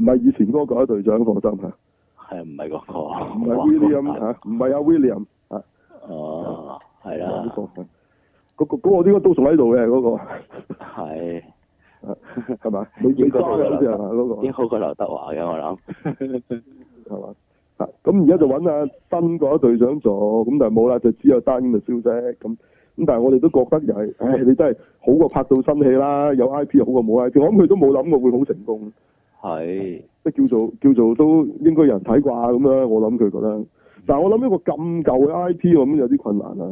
唔係以前嗰個郭克隊長放心嚇，係唔係嗰個？唔係 William 嚇，唔係阿 William 啊，哦，係啦呢，個係嗰個嗰個應該都仲喺度嘅嗰個 係係嘛？你你應該揸都嘅好似有係嘛嗰個已經好過劉德華嘅我諗，係嘛？啊，咁而家就揾阿新嗰隊長做，咁但係冇啦，就只有單咁嘅消息咁。咁但係我哋都覺得又係，唉，你真係好過拍到新戲啦，有 I P 好過冇 I P。我諗佢都冇諗過會好成功，係即係叫做叫做都應該有人睇啩咁樣。我諗佢覺得，但係我諗一個咁舊嘅 I P，我諗有啲困難啊。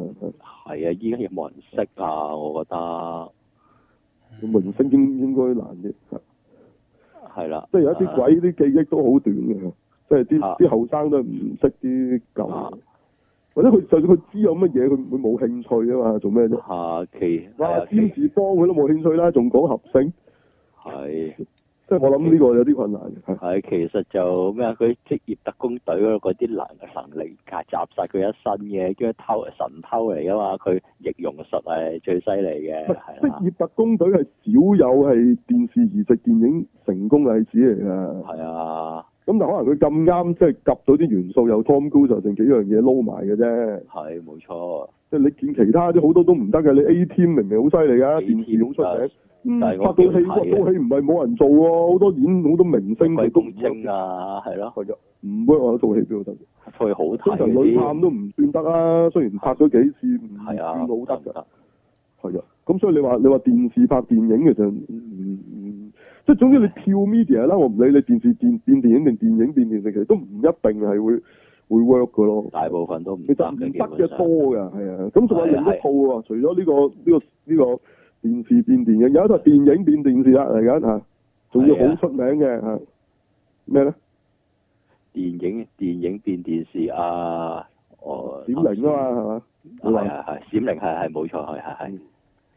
係啊，依家有冇人識啊？我覺得明星應應該難啲，係啦，即係有一啲啊鬼啲記憶都好短嘅，即係啲啊啲後生都唔識啲舊啊嘢，或者佢就算佢知有乜嘢，佢佢冇興趣啊嘛，做咩啫？下期係哇！啊詹士邦佢都冇興趣啦，仲講合成，係即係我諗呢個有啲困難嘅，係係其實就咩啊？佢職業特工隊嗰啲能能力夾雜晒佢一身嘅，叫偷神偷嚟噶嘛。佢易容術係最犀利嘅，係啊職啦，業特工隊係少有係電視移植電影成功例子嚟嘅。係啊，咁但可能佢咁啱即係及到啲元素，有 Tom Cruise 就剩幾樣嘢撈埋嘅啫。係冇錯。即係你見其他啲好多都唔得嘅，你 A Team 明明好犀利㗎，啊電視好出名，嗯但係拍我到戲叫拍佢睇嘅到戲唔係冇人做喎，好多演好多明星佢鬼都公精啊，係咯，佢唔 work 我套戲邊度得？佢好啊通睇常嗰女探啲，都唔算得啦，雖然拍咗幾次唔算係啊，好得㗎。㗎，係啊，咁所以你話你話電視拍電影其實唔唔即係總之你跳 media 啦，我唔理你電視變變電影定電影變電視，其實都唔一定係會會 work 嘅咯。大部分都唔其得實唔得嘅，基本嘅上多㗎，係啊。咁仲有另一係係套喎，除咗呢個呢個呢個電視變電影，有一套電影變電視啦嚟緊嚇，仲要係好啊出名嘅嚇。咩咧？電影電影變電視啊，哦，閃靈啊嘛，係嘛？係係係，閃靈係係冇錯，係係係。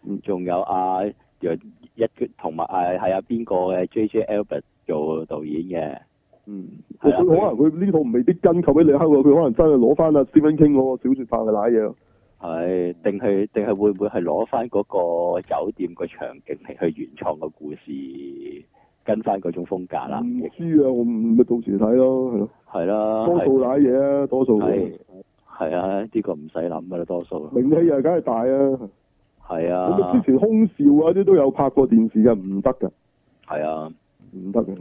嗯仲有啊，有一同埋啊係啊邊個嘅 J J Albert 做導演嘅，嗯，佢係啊可能佢呢套唔未必跟及俾你黑喎，佢可能真係攞翻阿 Stephen King 嗰個小説拍嘅奶嘢咯。係定係定係會唔會係攞翻嗰個酒店個場景嚟去原創個故事，跟翻嗰種風格啦，唔亦知啊，我唔咪到時睇咯，係咯，係啦，多數奶嘢啊，多數係係啊，呢個唔使諗噶啦，多數名氣啊，梗係大啊。係咁啊之前空少啊啲都有拍過電視嘅，唔得㗎，係啊。唔得嘅。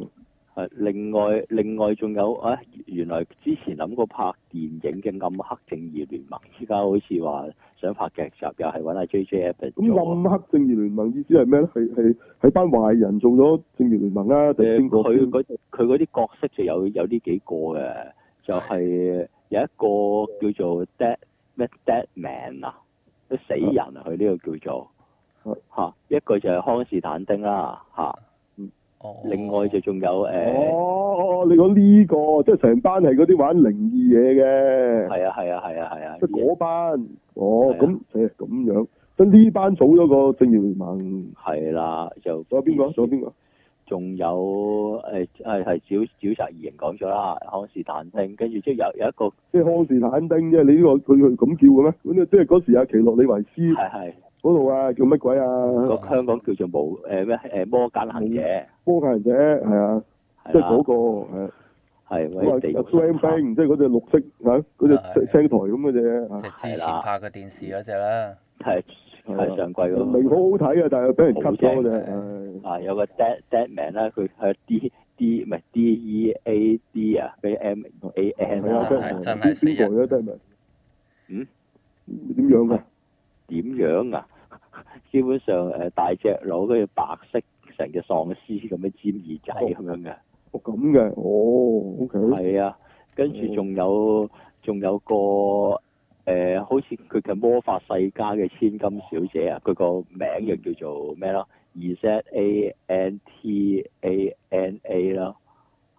係另外，另外仲有啊，原來之前諗過拍電影嘅《暗黑正義聯盟》，依家好似話想拍劇集，又係揾阿 J J Abbott 咁做。啊暗黑正義聯盟意思係咩咧？係係係班壞人做咗正義聯盟啊，定誒邊個佢先？嗰佢嗰啲角色就有有呢幾個嘅，就係、有一個叫做 Dead 咩 Dead Man 啊，啲死人啊，佢呢個叫做係嚇、一個就係康士坦丁啦嚇、哦，另外就仲有誒。哦，你講呢個即係成班係嗰啲玩靈異嘢嘅，係啊係啊係啊係啊！即係嗰班。哦，係啊咁誒咁樣，即係呢班組咗個正義聯盟。係啦，就仲有邊個？仲有邊個？仲有誒係係沼沼澤義人講咗啦，康士坦丁，跟住即係有有一個即係康士坦丁啫，你呢個佢佢咁叫嘅咩？咁啊即係嗰時阿奇洛李維斯係係嗰度啊，叫乜鬼啊？個香港叫做無誒咩誒魔間行者，波格人者係啊，即係係嗰啦，個係啊。係咁啊喂地獄，Swam 神探 Bang，即係嗰隻綠色嚇，嗰係隻青台咁嘅啫啊即嚇。係之係啦前拍嘅電視嗰只啦，係係上季嗰明好好睇啊，但係俾人好 cut 咗正啫。嘅唉個啊有個 dead dead man 啦，佢係 D D 唔係 D E A D 啊，俾 M A 係 N 啊，啊真真係係真係死邊人個嘅真係咪？嗯？點樣㗎？點樣啊？基本上誒大隻佬跟住白色成隻喪屍咁樣尖耳仔咁樣嘅。哦咁嘅，哦，OK，係啊，跟住仲有仲有個誒、呃好似佢嘅魔法世家嘅千金小姐啊，佢個名又叫做咩咯？Z A N T A N A 啦，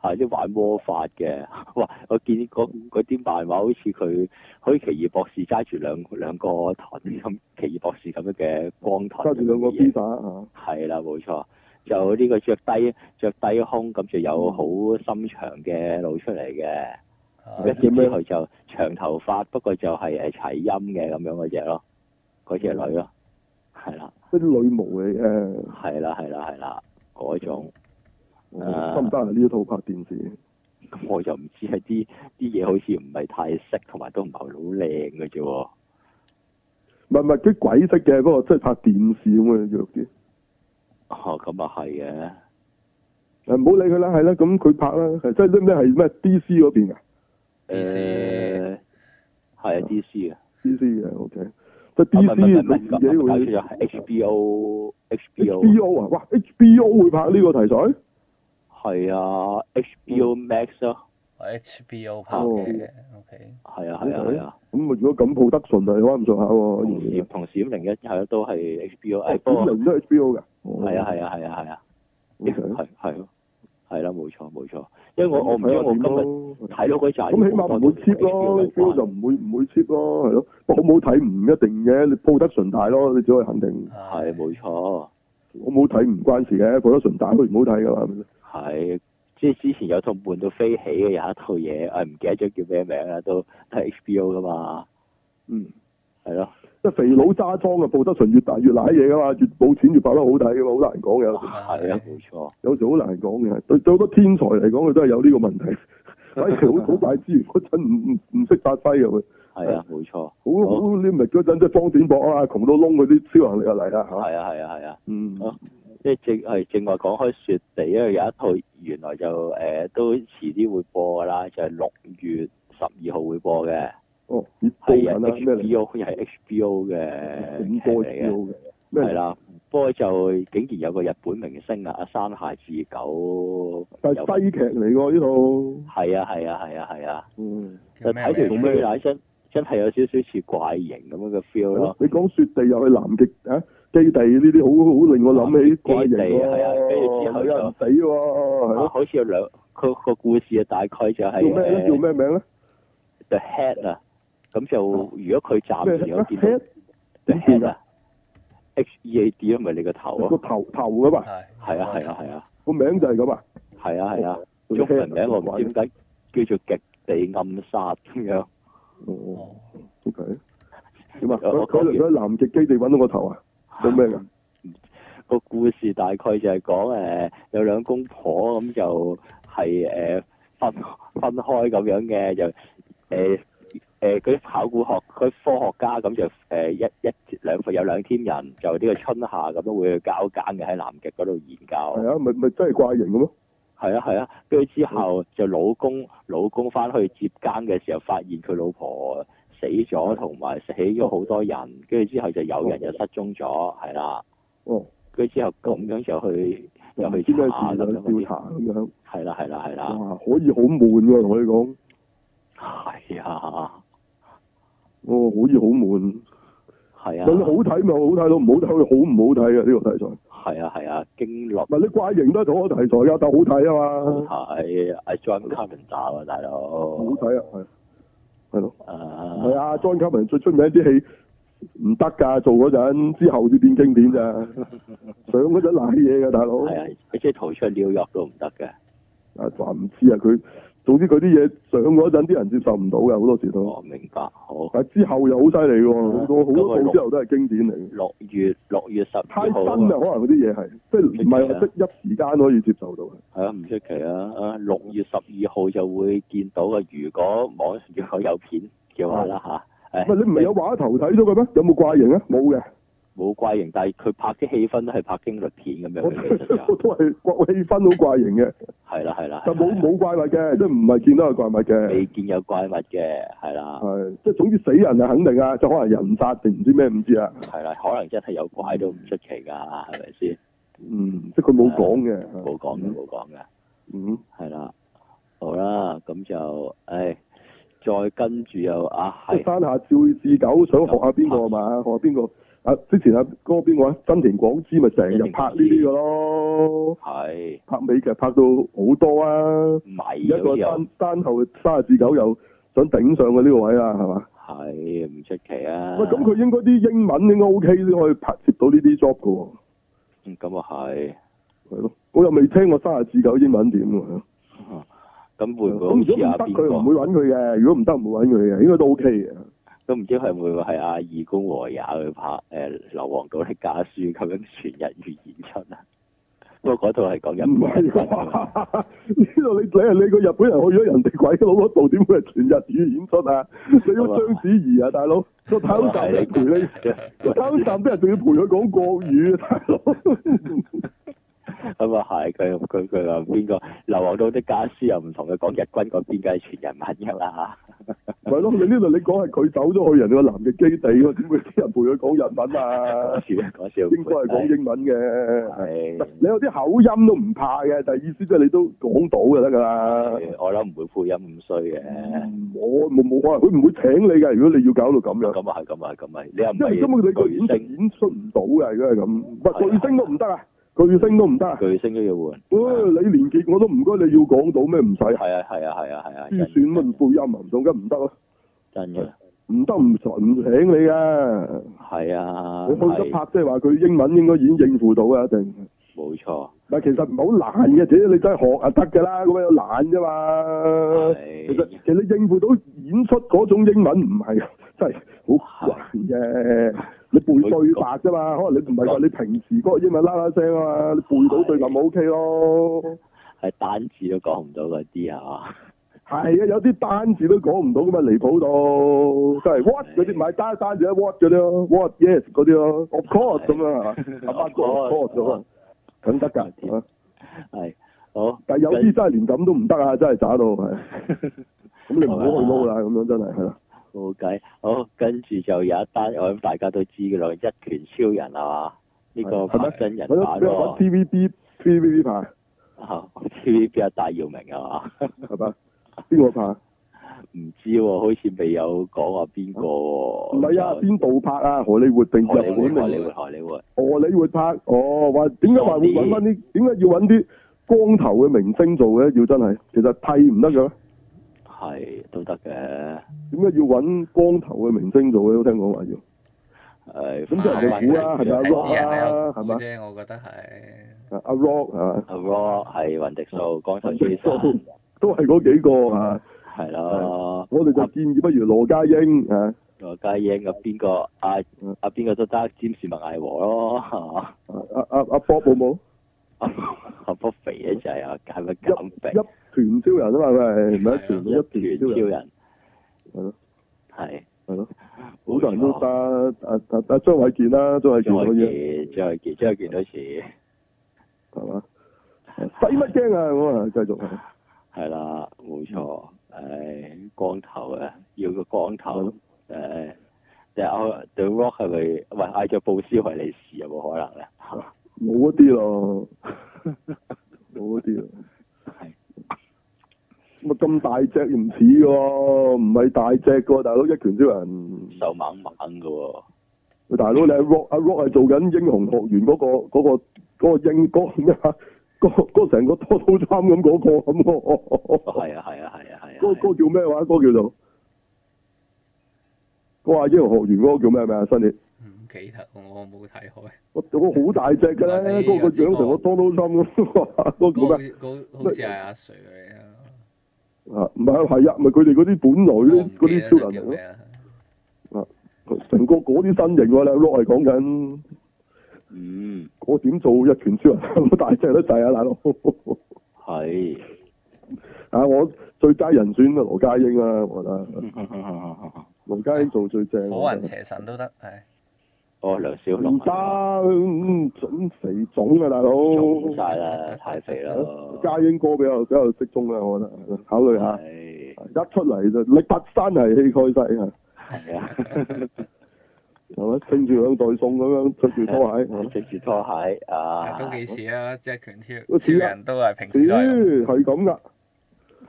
係啲玩魔法嘅。 哇！我見嗰嗰啲漫畫好似佢，好似奇異博士揸住兩兩個盾咁，奇異博士咁樣嘅光盾揸住兩個咁嘅嘢 pizza 啊係啦，冇錯。就呢個着低着低胸，咁就有好深長嘅露出嚟嘅。啊跟咩住之後就長頭髮，不過就係誒呃齊音嘅咁樣嗰只咯，嗰只女咯，係啦，即係啲女模嚟嘅。係啦，係啦，係啦，嗰種。啊得唔得啊？呢一套拍電視，咁我就唔知係啲啲嘢好似唔係太識，同埋都唔係好靚嘅啫喎。唔係唔係佢鬼式嘅，不過即係拍電視咁嘅弱啲。哦，咁啊係嘅，誒唔好理佢啦，係啦，咁佢拍啦，係即係啲咩係咩 DC 嗰邊啊 DC 誒呃係啊，DC 啊， ，DC 嘅 OK，即係啊唔係唔 DC 佢係唔係唔自己係搞會錯咗，係 O，H HBO HBO HBO 啊，哇 HBO 會拍呢個題材，係啊，HBO Max 咯， HBO 拍嘅，OK，哦係啊係啊係啊。咁啊如果咁抱得順啊，你啱咁上下喎，同原閃來同閃靈一係啊都哦係 HBO，誒不啊哦過零都 HBO 㗎，哦係啊係啊係啊係啊，係，係係咯，係啦冇錯冇錯，因為我我唔知我今日日睇到嗰集，咁起碼唔會 cheap 咯，HBO 就唔會唔會 cheap 咯，啊係咯，不過好唔好睇唔一定嘅，你 production 大咯，你只可以肯定。係冇錯，好唔好睇唔關事嘅，production 打佢唔好睇㗎嘛，係咪先？係，即係之前有套悶到飛起嘅有一套嘢，啊唔記得咗叫咩名啦，都係 HBO 噶嘛，嗯，係咯，即係肥佬揸莊嘅 production 越大越賴嘢㗎嘛，越冇錢越拍得好睇㗎嘛，好難講嘅有時。係啊，冇錯，有時好難講嘅，對對好多天才嚟講，佢都係有呢個問 題。反而好好大資源嗰陣唔唔唔識發揮嘅佢，係啊，冇錯，好好你咪嗰陣即係方展博啊，窮到窿嗰啲超能力就嚟啦嚇。係啊，係啊，係啊。嗯，好即係正係正話講開雪地，因為有一套原來就誒、呃都遲啲會播㗎啦，就係、六月十二號會播嘅，哦，熱煲係緊啊啦，咩嚟？ HBO 係 HBO 五波超嘅劇嚟嘅，嘅，咩係嚟？啦。不過就竟然有個日本明星啊，阿山下智久，但有係西劇嚟喎呢套。係啊係啊係啊係啊，嗯，叫就咩睇名條住咩佢奶真真係有少少似怪形咁樣嘅 feel 咯。你講雪地又去南極啊？基地呢啲好好令我諗起怪形基地係啊跟住之喎，後有人就死喎，係啊咯。好似有兩個個故事啊，大概就係、叫啊咩咧？叫誒咩名咧？ The Head 啊，咁就如果佢暫時咩有見到 head The 點算 Head 㗎啊，H E A D 啊，咪你個頭個啊，頭頭㗎嘛，係係啊係啊係啊個名就係咁啊。係啊係啊， The 中文 head 名我唔知點解叫做極地暗殺咁樣，哦哦，OK。點啊？ 有佢我講佢完佢喺南極基地揾到個頭 啊？冇咩㗎？個故事大概就係講誒有兩公婆咁就係誒分分開咁樣嘅，就誒誒嗰啲考古學佢科學家咁就誒、一一兩有兩 team 人就呢個春夏咁樣會去交更嘅喺南極嗰度研究。係啊，咪咪真係怪形咁咯。係啊係啊，跟住之後就老公老公翻去接更嘅時候，發現佢老婆死咗，同埋死咗好多人，跟住之後就有人又失蹤咗，係啦，哦，跟住之後咁樣就去又唔去知咩查事咁就去樣嗰調啲，啊查咁樣。係啦係啦係啦，哇，可以好悶喎，同你講。係啊哦，可以好悶。係但你好啊睇咪好睇咯，唔好睇佢好唔好睇嘅呢個題材。唔係啊係啊，驚慄係你怪形都係同一個題材㗎，但好睇啊嘛。係阿 John Carpenter 啊大佬，好睇啊，係係咯，係誒啊，John Carpenter 最出名啲戲唔得㗎，做嗰陣之後先變經 典咋，上嗰陣賴嘢㗎，大佬。係啊，即係逃出紐約都唔得嘅，啊，話唔知啊，佢總之佢啲嘢上嗰陣，啲人接受唔到嘅，好多時都。我明白好。但係之後又好犀利喎，好多好咁多佢部之後都係經典嚟嘅。六月六月十太二新號啦，可啊能嗰啲嘢係，即係唔係話即一時間可以接受到。係啊，唔出奇啊！啊，六月十二號就會見到啊。如果網如果有片嘅話啦吓，喂，誒，你哦唔係有畫頭睇咗嘅咩？有冇怪形啊？冇嘅，冇怪形，但係佢拍啲氣氛都係拍驚慄片咁樣嘅，其實我 就都係個氣氛好怪形 嘅，係啦係啦，哦但冇係啦冇怪物嘅，即係唔係見到有怪物嘅。未見有怪物嘅，係啦係，即係總之死人係肯定啊，就可能人殺定唔知咩唔知啊。係啦，可能真係有怪都唔出奇㗎，係咪先？嗯，即係佢冇講嘅。啊冇講嘅冇講嘅，嗯。係啦，好啦，咁就誒，再跟住又啊即係係山下照智久想學下邊個係嘛？學下邊個？啊，之前啊，嗰個邊個啊？真田廣之咪成日拍呢啲嘅咯，係拍美劇拍到好多啊！而迷家個好似有單單後山下智久又想頂上嘅呢個位啦，係嘛？係唔出奇啊！喂，咁佢應該啲英文應該 OK 先可以拍接到呢啲 job 嘅喎，嗯咁啊係，係咯。我又未聽過山下智久英文點喎。咁哦咁會如唔會果唔好得似阿邊佢唔個？會揾佢嘅，如果唔得唔會揾佢嘅，應該都 OK 嘅。都唔知係會唔會係阿二宮和也去拍誒《硫磺島的家書》咁樣全日語演出 啊？不過嗰套係講日唔本係人啩？ 啊呢度你你係你個日本人去咗人哋鬼佬嗰度，點會係全日語演出啊？你要章子怡啊，大佬個太空站俾人陪你，個太空站俾人仲要陪佢講國語啊，大佬。咁啊係佢佢佢話邊個《硫磺島的家書》又唔同佢講日軍嗰邊梗係全日文㗎啦咪咯，你呢度你講係佢走咗去人哋個南極基地喎，點會啲人陪佢講日文啊 講？笑講笑，應該係講英文嘅。係你有啲口音都唔怕嘅，但係意思即係你都講到就得㗎啦。係我諗唔會配音咁衰嘅。嗯我冇冇可能，佢唔會請你㗎。如果你要搞到咁樣。咁啊係咁啊係咁啊，你又唔因為根本你個演係巨出星，演出唔到嘅，如果係咁，係喂，巨啊星都唔得啊，巨星都唔得啊，巨星都要換。唉李連杰我都唔該你要講到咩唔使，係啊係啊係啊係啊，珠算乜配音啊，唔講緊唔得咯，真嘅。唔得唔唔請你嘅。係啊，你開得係拍即係話佢英文應該已經應付到啊嘅一定。冇錯，但其實唔係好難嘅，只要你真係學啊得㗎啦，咁樣懶啫嘛。呃其實係其實應付到演出嗰種英文唔係 真係好難嘅，你背對白啫嘛。可能你唔係話你平時嗰個英文啦啦聲啊嘛，你背到對白咪 OK 咯。係單字都講唔到嗰啲 啊，係啊，有啲單字都講唔到咁啊，離譜到真係 what 嗰啲，唔係單單字啊 what 嗰啲咯，what yes 嗰啲咯，of course 咁樣啊，阿八哥 of course 咁啊，梗得㗎。啊係好，但係有啲真係連咁都唔得啊，真係渣到 係。咁你唔好去撈啦，咁樣真係係啦。冇計，好，跟住就有一單，我諗大家都知嘅啦，一拳超人係嘛？呢個係咩拍真人係咯，版俾我喎，揾 TVB TVB 拍 啊 TVB 阿戴耀明係嘛？係嘛？邊個拍？唔知喎，好似未有講話邊個喎？唔係啊，邊度拍啊？荷里活定日荷里本活，定荷里活，荷里活，荷里活拍？哦，話點解話會揾翻啲？點解要揾啲光頭嘅明星做嘅？要真係，其實剃唔得嘅咩？係都得嘅。點解要揾光頭嘅明星做嘅？我聽講話要。誒，咁即係人哋估啦係咪啊係啲人係 Rock 有啊係嘛估啫，我覺得係。啊阿 Rock 啊，阿 Raw 係雲迪素，光頭先都生 都係嗰幾個啊。係啊咯。我哋就建議不如羅家英啊羅家英啊，邊個阿阿邊個都得，詹士麥艾和咯， 係嘛？啊啊啊啊 Bob 好冇？阿阿波肥一滯啊，係咪減肥？一團超人啊嘛，佢係唔係一團一一團拳超超人人係咯係係咯，好冇多人都得錯啊啊啊張偉健啦，張偉健張可衛以健，張衛健，張衛健都似。係嘛？使乜驚啊咁啊？繼續係係啦，冇錯，唉，光頭啊，要個光係頭咯，誒，即係我 The Rock 係咪喂嗌咗布斯維利士有冇可能啊咧？冇一啲咯，冇一啲咯。係咁啊咁大隻唔似喎，唔係大隻個大佬一拳超人。瘦猛猛嘅喎，喂，大佬你阿 Rock 阿 Rock 係做緊英雄學院嗰、個嗰、個嗰、個英嗰、個咩啊？ 嗰嗰成個多刀衫咁嗰個咁喎。哦係啊係啊係啊係啊，嗰嗰個叫咩話？嗰個叫做嗰個阿英雄學院嗰個叫咩名啊？新年唔記得喎嗯我冇睇開。我有個好大隻嘅我知咧，嗰個我知樣成個多刀心咁，啊嗰個叫嗰個咩嗰好似係阿 Sir 嚟啊，啊？唔係係啊，咪佢哋嗰啲本我來唔嗰啲嗰記啲得超咗人啊嚟叫咩啊咯啦。成個嗰啲身形喎，你阿 Rock 係講緊嗯我點做一拳超人好大隻得滯啊，大佬！係，啊，我最佳人選啊，羅家英啊，我覺得嗯嗯羅家英做最正。啊火我雲覺得邪神都得，係哦梁小唔龍得，嗯準肥腫啊，大佬！重晒啦，太肥啦，家英哥比較比較適中啦，我覺得考慮下。係一出嚟就力拔山係氣蓋世啊，係啊，係咪？拎住兩袋餸咁樣，着住拖鞋，係咪着住拖鞋啊，都幾似啊！即係拳超都超似啊人都係平時都係咁。咦，係咁噶，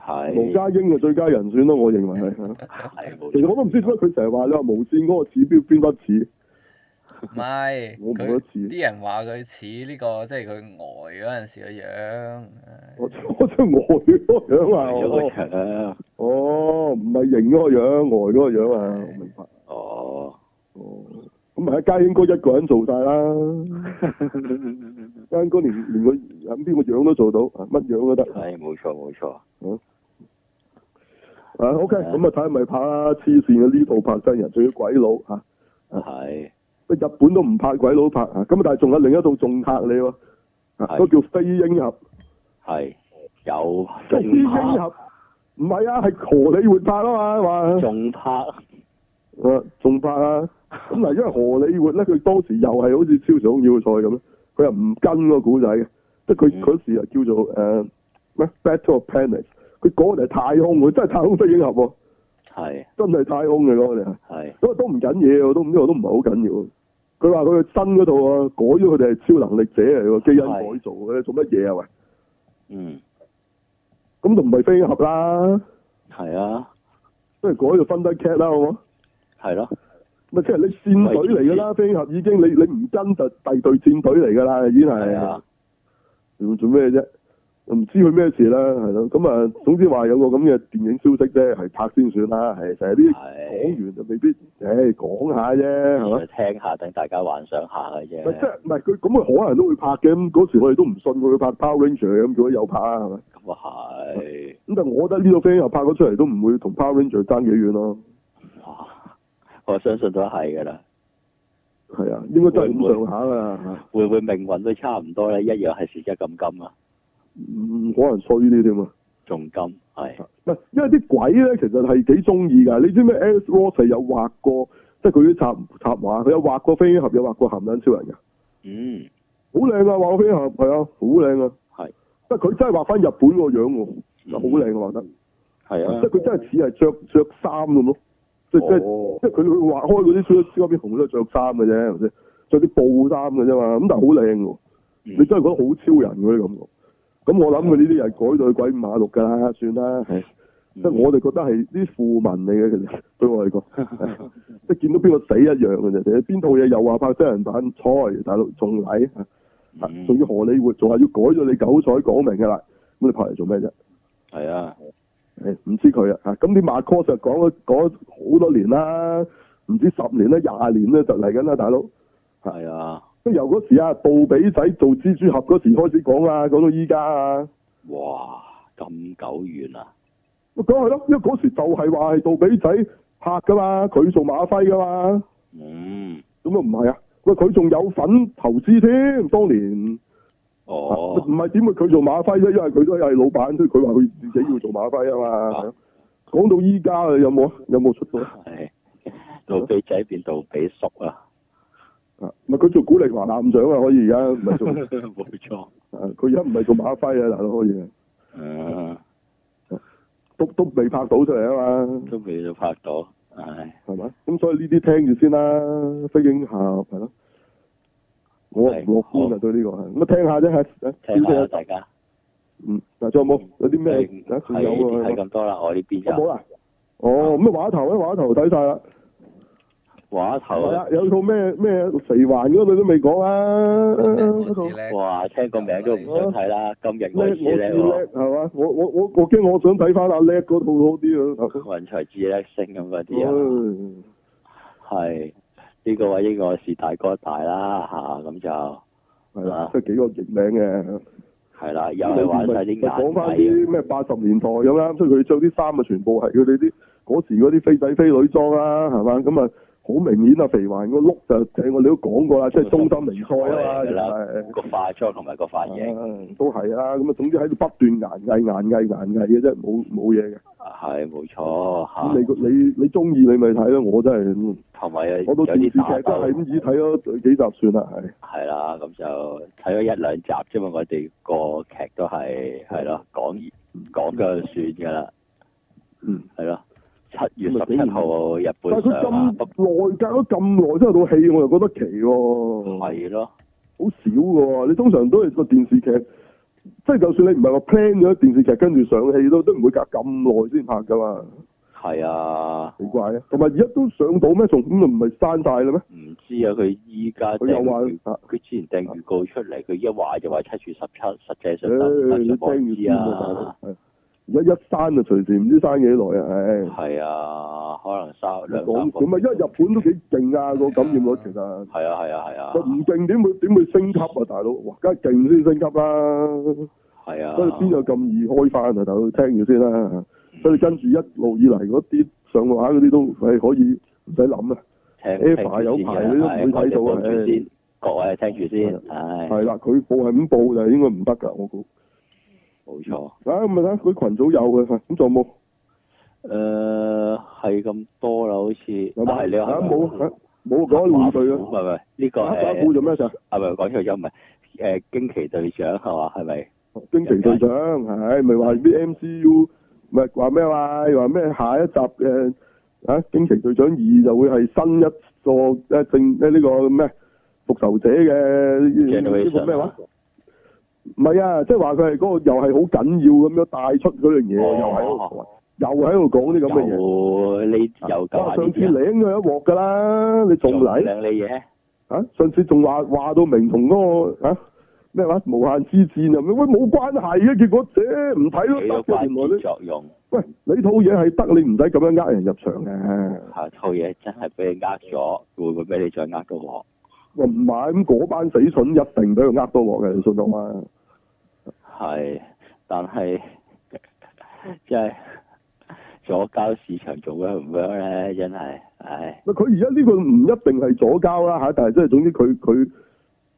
羅係家英嘅最佳人選咯，我認為係。係冇其實我都唔知點解佢成日話你話無線嗰個指標邊不似，唔係我唔覺佢得似啲人話佢似呢個，即係佢呆嗰陣時個樣。我我真係呆嗰個樣啊！有個我場哦，唔係型嗰個樣，呆嗰個樣啊，我明白。哦。哦，咁咪家英哥一個人做晒啦，嗯家英哥連連個邊個樣都做到，啊乜樣都得。係冇錯冇錯，啊，OK，係啊咁啊睇下咪拍啦，黐線啊嘅呢度拍真人，仲要鬼佬嚇，係乜日本都唔拍鬼佬拍啊，咁但係仲有另一套仲拍你喎，啊係嗰叫飛鷹俠，係有飛鷹仲俠唔係啊，係荷里活拍啊嘛，拍話仲拍啊仲拍啊， 咁嗱，因為荷里活咧，佢當時又係好似超常要塞咁咧，佢又唔跟個古仔嘅，即係佢嗯嗰時啊叫做誒咩 Battle of Planets，佢嗰個就係太空，佢真係太空飛鷹俠喎，係真係太空嘅嗰個就係。係咁啊都唔緊要，都呢個都唔係好緊要。佢話佢新嗰度啊，改咗佢哋係超能力者嚟喎，基因改造嘅，做乜嘢啊？嗯喂，咁就唔係飛俠啦，係啊不如改做分低 cat 啦，好冇？係咯咪即係你戰隊嚟㗎啦，飛俠已經你你唔跟就第隊戰隊嚟㗎啦，已經係係啊做做咩啫？唔知佢咩事啦，係咯。咁啊，總之話有個咁嘅電影消息啫，係拍先算啦。係成日啲係啊講完就未必，誒講下啫，係嘛？聽下等大家幻想下唔嘅係即啫。係唔係佢咁佢可能都會拍嘅，咁嗰時我哋都唔信佢會拍 Power Ranger 嘅咁，結果有拍啊，係咪？咁啊係，咁但係我覺得呢套 friend 又拍咗出嚟都唔會同 Power Ranger 爭幾遠咯，哇我相信都係㗎啦。係啊，應該都係會唔咁上下㗎，會唔會命運都差唔多咧？一樣係時一咁金啊，唔可能衰啲添啊。仲金係啊唔係，因為啲鬼咧其實係幾中意㗎。你知唔知 Alice Ross 係有畫過，即係佢啲插插畫，佢有畫過飛俠，有畫過鹹蛋超人㗎，嗯好靚啊！畫過飛俠係啊，好靚啊！係即係佢真係畫翻日本個樣喎，嗯好靚啊畫得，係啊即係，佢真係似係着着衫咁咯，即係即係哦即係佢佢畫開嗰啲超超級英雄都係着衫嘅啫，係咪先？着啲布衫嘅啫嘛，咁但係好靚喎，嗯你真係覺得好超人嗰啲感覺。咁我諗佢呢啲人改到去鬼五馬六㗎啦，算啦，係。哦嗯即係我哋覺得係啲腐民嚟嘅，其實 對我嚟講，即係見到邊個死一樣嘅啫。其實邊套嘢又話拍真人版，菜大佬仲禮，嗯啊仲要荷里活，仲話要改咗你九彩講明嘅啦。咁你拍嚟做咩啫？係啊，誒唔知佢啊嚇。咁啲馬 cos 就講咗講咗好多年啦，唔知十年啦、廿年啦就嚟緊啦，大佬。係啊，即係由嗰時啊，杜比仔做蜘蛛俠嗰時開始講啦，講到依家啊。哇咁久遠啊！咁係咯，因為嗰時就係話係杜比仔拍噶嘛，佢做馬輝噶嘛。嗯，咁啊唔係啊，喂佢仲有份投資添，當年哦唔係點會佢做馬輝啊啫？因為佢都係老闆，所以佢話佢自己要做馬輝啊嘛係咯。講到依家啊，有冇啊有冇出到啊？係杜比仔變杜比叔 啊，啊唔係佢做古力華艦長啊，可以而家唔係 做，冇錯，啊佢而家唔係做馬輝啊，大佬可以啊，嗯，都都未拍到出嚟啊嘛，都未到拍到，唉，係嘛？咁所以呢啲聽住先啦，飛鷹俠係咯。我唔係樂觀啊，好對呢個係咁啊，聽下啫，係聽消下啦息啊大家，嗯，嗱，仲有冇有啲咩係啊？仲有係喎係咁多啦，我呢邊我冇就啦。哦，咁啊畫頭咧，畫頭睇晒啦。畫頭係啊啊，，有套咩咩肥環嗰度都未講啊。 嗰我套知咧，哇，聽個名都唔想睇啦，今日啊叻我我知知咧叻係嘛？我我我我驚我想睇翻阿叻嗰套好 啲啊。雲才智叻星咁嗰啲嗯啊，係呢個位應該是大哥大啦吓，咁就係啦，即係幾個譯名嘅。係啦，啊又係玩晒啲眼啊講翻底啲咩八十年代咁啦，所以佢着啲衫啊，全部係佢哋啲嗰時嗰啲飛仔飛女裝啦，係嘛？咁啊，好明顯啊，肥環個碌就正，我哋都講過啦，即係中心名菜啊嘛，係啦係。個化妝同埋個髮型。啊都係啊，咁啊，總之喺度不斷硬藝硬藝硬藝嘅啫，冇冇嘢嘅。係冇錯咁嚇，你你你中意你咪睇咯，我真係同埋有我到有電視劇啲都打係鬥咁只睇咗幾集算啦，係係啦，咁就睇咗一兩集啫嘛。我哋個劇都係係咯，講講就算㗎啦，嗯。係咯。七月十七號日但係本佢上啊咁，耐隔咗咁耐先有套戲，我又覺得奇喎，係咯，好少嘅喎。你通常都係個電視劇，即係就算你唔係話 plan 咗電視劇跟住上戲都都唔會隔咁耐先拍㗎嘛，係啊，奇怪啊！同埋而家都上到咩？仲咁就唔係刪晒啦咩？唔知啊，佢依家佢又訂話預啊佢之前訂預告出嚟，佢一話就話七月十七，實誒際上得唔得你就聽唔住知先啊啊。！大佬係而啊家一生就隨時唔知生幾耐啊！唉，係啊，可能三兩講三個咁啊，因為日本都幾勁啊，個感染率其實係啊係啊係啊佢唔勁點會點會升級啊，大佬！哇，梗係勁先升級啦，係啊，所以邊有咁易開翻啊，大佬聽住先啦。所以跟住一路以嚟嗰啲上畫嗰啲都係可以唔使諗啊。聽 Ava 有排你都唔會睇到啊聽住先，各位聽住先，唉，係啦，佢報係咁報就應該唔得㗎，我估。冇錯。啊咁咪睇佢群組有嘅，咁仲有冇？誒係咁多啦，好似有冇？係你啊話冇啊冇講亂對唔啊！係唔係呢個黑寡誒婦做咩事啊？係咪講錯咗？唔係誒驚奇隊長係嘛？係咪？驚奇隊長係咪嗯話啲 MCU 咪話咩話？話咩下一集嘅啊驚奇隊長二就會係新一個誒正誒呢個咩復仇者嘅啊呢個咩話？唔係啊，即係話佢係嗰個又係好緊要咁樣帶出嗰樣嘢，哦又喺度又喺度講啲咁嘅嘢。啊有呢啊有九哇！下上次領咗一鑊㗎啦，你仲嚟靚你嘢？啊？上次仲話話到明同嗰個啊咩話無限之戰啊？喂，冇關係嘅，結果啫唔睇起到都得嘅。關原來鍵你作用喂你套嘢係得，你唔使咁樣呃人入場嘅。嚇，套嘢真係俾你呃咗，會唔會俾你再呃到我？我唔買咁嗰班死蠢一定俾佢呃到我嘅，你信我啊？係，但係嗯即係左交市場做嘅唔 work 咧，真係，唉，佢而家呢個唔一定係左交啦嚇，但係即係總之佢佢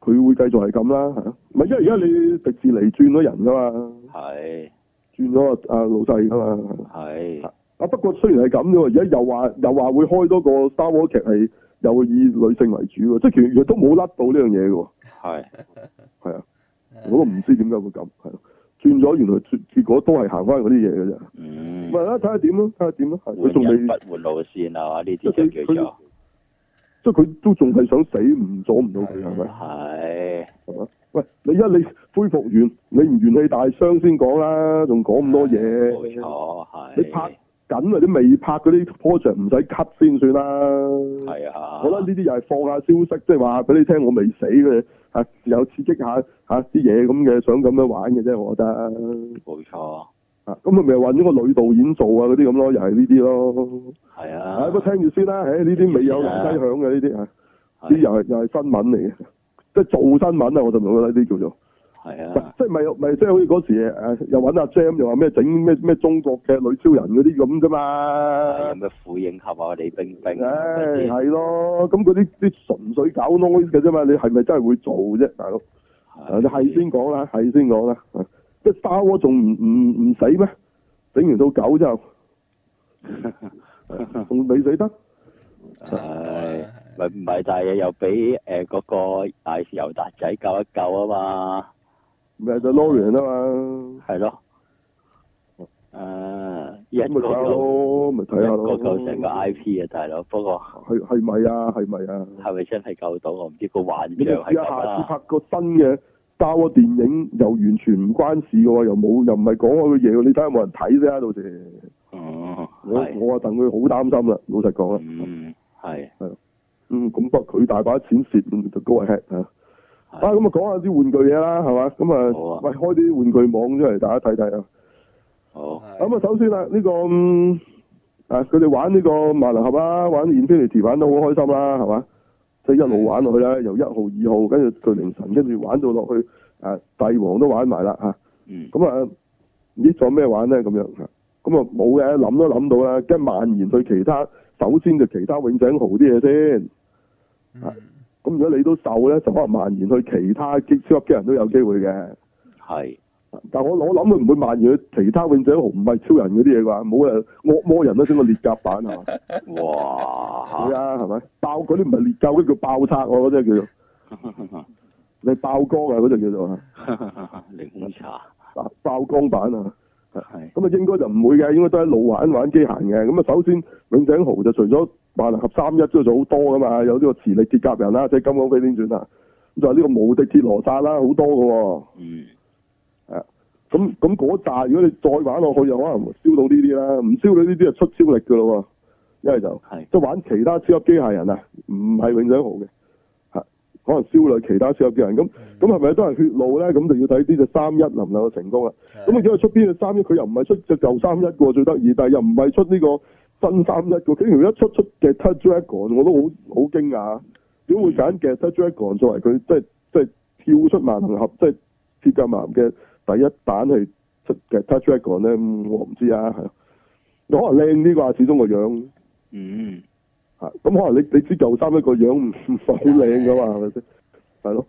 佢會繼續係咁啦嚇。唔係因為而家你迪士尼轉咗人噶嘛，係轉咗阿老細噶嘛。係啊，不過雖然係咁啫喎，而家又話又話會開多個 Star Wars 劇係又以女性為主喎，即係其實都冇甩到呢樣嘢嘅喎，係係啊，我都唔知點解會咁，係咯，轉咗原來結結果都係行翻嗰啲嘢嘅啫，嗯，咪啦睇下點咯，睇下點咯，係換啊佢仲未人，不換路線啊嘛，呢即啲係就佢叫做佢即係佢都仲係想死，唔阻唔到佢係咪？係係嘛？喂，你一你恢復完，你唔元氣大傷先講啦，仲講咁多冇嘢，錯係，你拍緊或者未拍嗰啲 project 唔使 cut 先算啦。係啊，我覺得呢啲又係放下消息，即係話俾你聽，我未死嘅，嚇有刺激下嚇啲嘢咁嘅，想咁樣玩嘅啫，我覺得冇錯嚇。咁佢咪揾咗個女導演做啊嗰啲咁咯，又係呢啲咯。係唉，啊，不過聽住先啦，唉，呢啲未有人雞響嘅呢啲啊嚇，呢啲係又啊係又係新聞嚟嘅，即係做新聞啊！我就唔覺得呢啲叫做，係喂啊，即係咪有咪即係好似嗰時誒又揾阿 Jam 又話咩整咩咩中國嘅女超人嗰啲咁啫嘛有。咩虎影俠啊，李冰冰啊唉，嗰啲，係咯，咁嗰啲啲純粹搞 noise 嘅啫嘛，你係咪真係會做啫，大佬？啊，你係先講啦，係先講啦。啊即係 Star Wars 仲唔唔唔死咩？整完到九 之後，仲未死得？唉，咪唔係，但係又俾誒嗰個大油達仔救一救啊嘛，咪就 Lorian 啊嘛，係咯，誒一咁咪睇個下救咯，咪睇一下個咯。救成個 I P 啊，大佬，不過係係咪啊？係咪啊？係咪真係救到我唔知，個幻你象哋係試下咁下次啦，拍個新嘅 Star Wars 電影，又完全唔關事嘅喎，又冇又唔係講開嘅嘢喎，你睇下有冇人睇啫，到時。嗯，我係，我啊戥佢好擔心啦，老實講啦。嗯，係，嗯，咁不過佢大把錢蝕，就 go ahead 啊。啊，係咁啊講下啲玩具嘢啦，係嘛？咁好啊啊，喂，開啲玩具網出嚟，大家睇睇啊。好，咁啊，首先啦，呢個嗯啊，佢哋玩呢個萬能俠啦，玩 Infinity 玩得好開心啦，係嘛？即係一路玩落去啦，由一號、二號，跟住佢凌晨，跟住玩到落去啊，帝王都玩埋啦嚇。嗯，咁啊，唔知仲有咩玩咧咁樣嚇，咁啊冇嘅，諗都諗到啦，跟住蔓延去其他，首先就其他永井豪啲嘢先。嗯咁如果你都受咧，就可能蔓延去其他機超級機人都有機會嘅。係，但我我諗佢唔會蔓延去其他永井豪唔係超人嗰啲嘢啩，冇誒惡魔人都整個裂甲版係嘛？哇， 會啊，係咪？爆嗰啲唔係裂甲，嗰啲叫爆拆我嗰啲叫做，你爆光啊嗰隻叫做啊檸檬茶，嗱爆光版啊。係，咁啊，應該就唔會嘅，應該都喺路玩玩機械嘅。咁啊，首先永井豪就除咗萬能俠三一之外，就好多噶嘛，有呢個磁力鐵甲人啦，即係《金剛飛天傳》啊，咁就係呢個無敵鐵羅剎啦，好多嘅喎。嗯，咁咁嗰扎，如果你再玩落去，就可能燒到呢啲啦，唔燒到呢啲就出超力嘅咯喎。一係就係，即係玩其他超級機械人啊，唔係永井豪嘅，嚇，可能燒落其他超級機械人。咁咁係咪都係血路咧？咁就要睇呢隻三一能唔能夠成功啦。咁啊，嗯如果出邊嘅三一，佢又唔係出隻舊三一個最得意，但係又唔係出呢個新三一個。竟然一出出嘅 t e d Dragon，我都好好驚訝，啊點會揀嘅 t e d Dragon 作為佢即係即係跳出萬能俠，即係鐵甲男嘅第一版係出嘅 t e d Dragon 咧？嗯我唔知啊，係啊可能靚啲啩，始終個樣嗯。嚇，咁可能你你知舊三一個樣唔唔係好靚噶嘛，係咪先？係咯，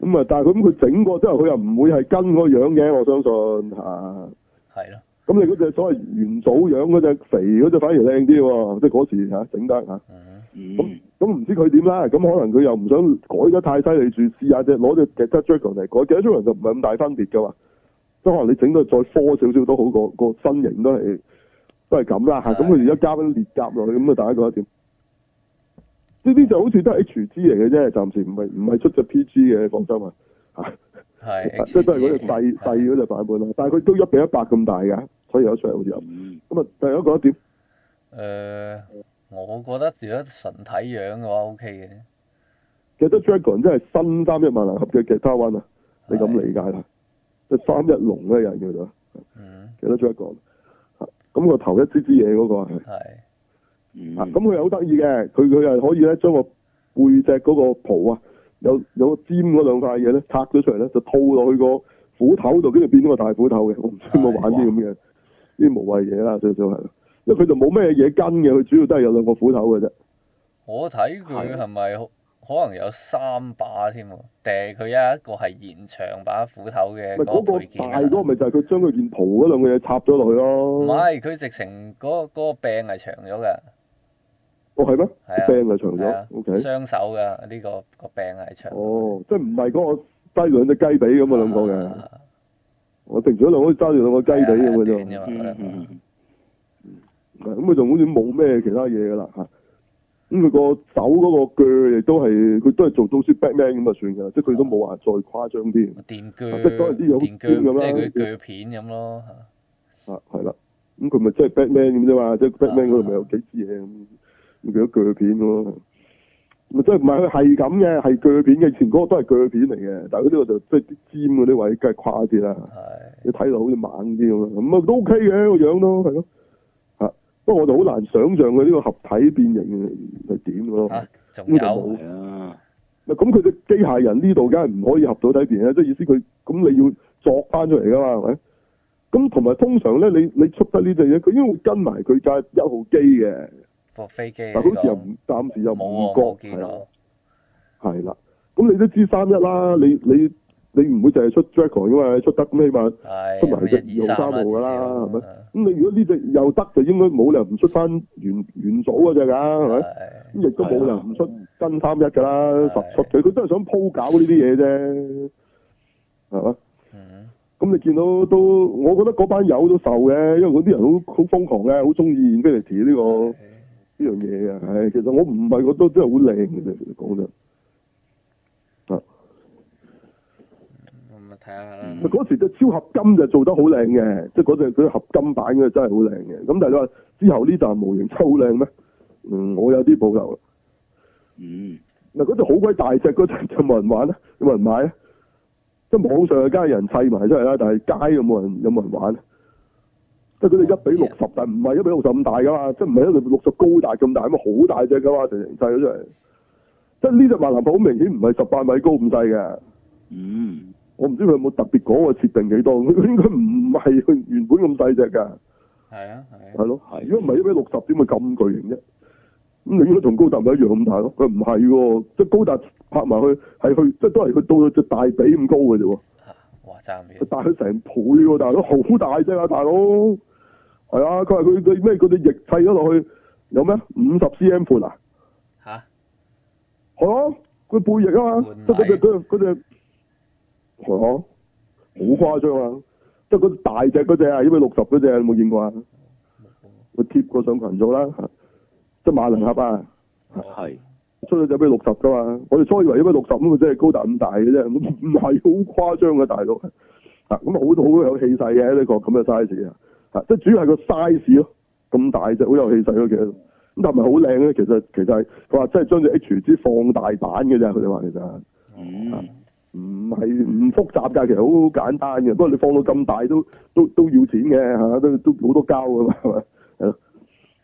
咁啊，但係咁佢整過之後，佢又唔會係跟嗰個樣嘅，我相信嚇。啊係咯，咁你嗰隻所謂元祖樣嗰隻肥嗰隻反而靚啲喎，即係嗰時嚇整得嚇。嗯咁嗯，咁唔知佢點啦，咁可能佢又唔想改得太犀利住，試下隻攞隻 g e t Dragon 嚟改 g e t Dragon 就唔係咁大分別噶嘛。即係可能你整到再科少少都好過個身形都係都係咁啦嚇。咁佢而家加翻裂甲落去，咁啊大家覺得點？呢啲就好似都係 HG 嚟嘅啫，暫時唔係唔係出隻 PG 嘅，講真話嚇。係，即係都係嗰隻細細嗰隻版本啦，但係佢都一比一百咁大㗎，所以有出嚟好似有。嗯咁啊，第一個一點，誒、呃我覺得如果純睇樣嘅話 OK 嘅，其實 Dragon 真係新三一萬能俠嘅吉他灣啊，你咁理解啦。即係三一龍咧，有人叫做嗯，記得咗一個。啊咁個頭一支支嘢嗰個係。係，嗯啊，咁佢又好得意嘅，佢佢係可以咧將個背脊嗰個袍啊，有有個尖嗰兩塊嘢咧拆咗出嚟咧，就套落去個斧頭度，跟住變咗個大斧頭嘅。我唔知有冇玩啲咁嘅啲無謂嘢啦，最少係，因為佢就冇咩嘢跟嘅，佢主要都係有兩個斧頭嘅啫。我睇佢係咪好可能有三把添喎？定係佢有一個係延長把斧頭嘅咪嗰嗰個個配件啊大嗰個咪就係佢將佢件袍嗰兩個嘢插咗落去咯。唔係，佢直情嗰嗰個柄係長咗㗎，哦係咩係啊？柄就長係咗啊，OK。雙手㗎呢個個柄係長。哦，即係唔係嗰個低兩隻雞髀咁啊兩個嘅，啊我定咗兩個揸住兩個雞髀咁嘅啫短。啫嘛嗰嗯兩個嗯嗯咁佢就好似冇咩其他嘢噶啦嚇。咁佢個手嗰個鋸亦都係佢都係做到好似 Batman 咁就啊算㗎啦，即係佢都冇話再誇張啲電啊即係當然啲有鋸，電尖咁鋸啦即係佢鋸片咁咯。啊，係啦。咁佢咪即係 Batman 咁啫嘛，即係 Batman 嗰度咪有幾支嘢咁，咁佢都鋸片咯。咪即係唔係佢係咁嘅，係鋸片嘅。以前嗰個都係鋸片嚟嘅，但係佢呢個就即係啲尖嗰啲位梗係誇啲啦。係你睇落好似猛啲咁咯，咁啊都 OK 嘅個樣都係咯，嚇！不過我就好難想像佢呢個合體變形係點咯。啊，仲哦呢度有冇係啊，咪咁佢隻機械人呢度梗係唔可以合到底變啦，即係意思佢咁你要作翻出嚟噶嘛，係咪？咁同埋通常咧，你你出得呢隻嘢，佢應該會跟埋佢架一號機嘅，部飛機但呢好似又個唔暫時又冇唔喎，冇啊覺係見啊啦咯。係啦。咁你都知三一啦，你你你唔會淨係出 Dragon 噶嘛，出得咁起碼。係出埋咁一隻二二號三三啊，號至㗎少啦係咪啊咁你如果呢隻又得，就應該冇理由唔出翻原原組嗰只㗎，係咪？啊係咁亦都冇理由唔出真三一㗎啦，係十出佢，佢都係想鋪搞呢啲嘢啫，係嘛？嗯咁你見到都，我覺得嗰班友都受嘅，因為嗰啲人好好瘋狂嘅，好中意 Infinity 呢、個嗯呢樣嘢嘅。唉，其實我唔係覺得真係好靚嘅啫，其實講真。咁啊睇下啦。咪嗰時隻超合金就做得好靚嘅，即係嗰隻佢合金版嘅真係好靚嘅。咁但係你話之後呢站模型真係好靚咩？嗯，我有啲保留啦。嗯，嗱，嗰隻好鬼大隻嗰隻就冇人玩啦， 有冇人買啊？即係網上嘅梗係有人砌埋出嚟啦，但係街有冇人有冇人玩啊？即係佢哋一比六十，但唔係一比六十咁大㗎嘛，即係唔係一比六十高大咁大，咁啊好大隻㗎嘛，成形砌咗出嚟。即係呢隻萬能炮好明顯唔係十八米高咁細嘅。嗯，我唔知佢有冇特別講個設定幾多， 佢應該唔係佢原本咁細隻㗎，係啊係係啊。咯係。如果唔係一比六十點，咪咁巨型啫。咁你應該同高達咪一樣咁大咯？佢唔係喎，即係高達拍埋去係去，即係都係佢到到隻大髀咁高嘅啫喎，哇爭唔遠佢大佢成倍喎，大佬好大隻啊，大佬。係啊，佢話佢佢咩？佢哋翼砌咗落去有咩？五十 cm 闊啊，嚇係啊，佢背翼啊嘛換，即係嗰隻禮嗰隻嗰隻係啊。好誇張啊！即係嗰隻大隻嗰只啊，因為六十嗰只，你有冇見過啊？佢貼過上群組啦，嚇即係馬能俠啊，係出咗只俾六十噶嘛。我哋初以為因為六十咁，佢真係高達咁大嘅啫，咁唔係好誇張嘅大佬。啊，咁啊好好有氣勢嘅呢個咁嘅 size 啊，啊即係主要係個 size 咯，咁大隻，好有氣勢咯，其實。咁但係咪好靚咧？其實其實係佢話真係將隻 H 之放大版嘅啫，佢哋話其實。嗯，唔係唔複雜㗎，其實好簡單嘅。不過你放到咁大都都都要錢嘅嚇，都都好多膠㗎嘛， 係咪？係咯。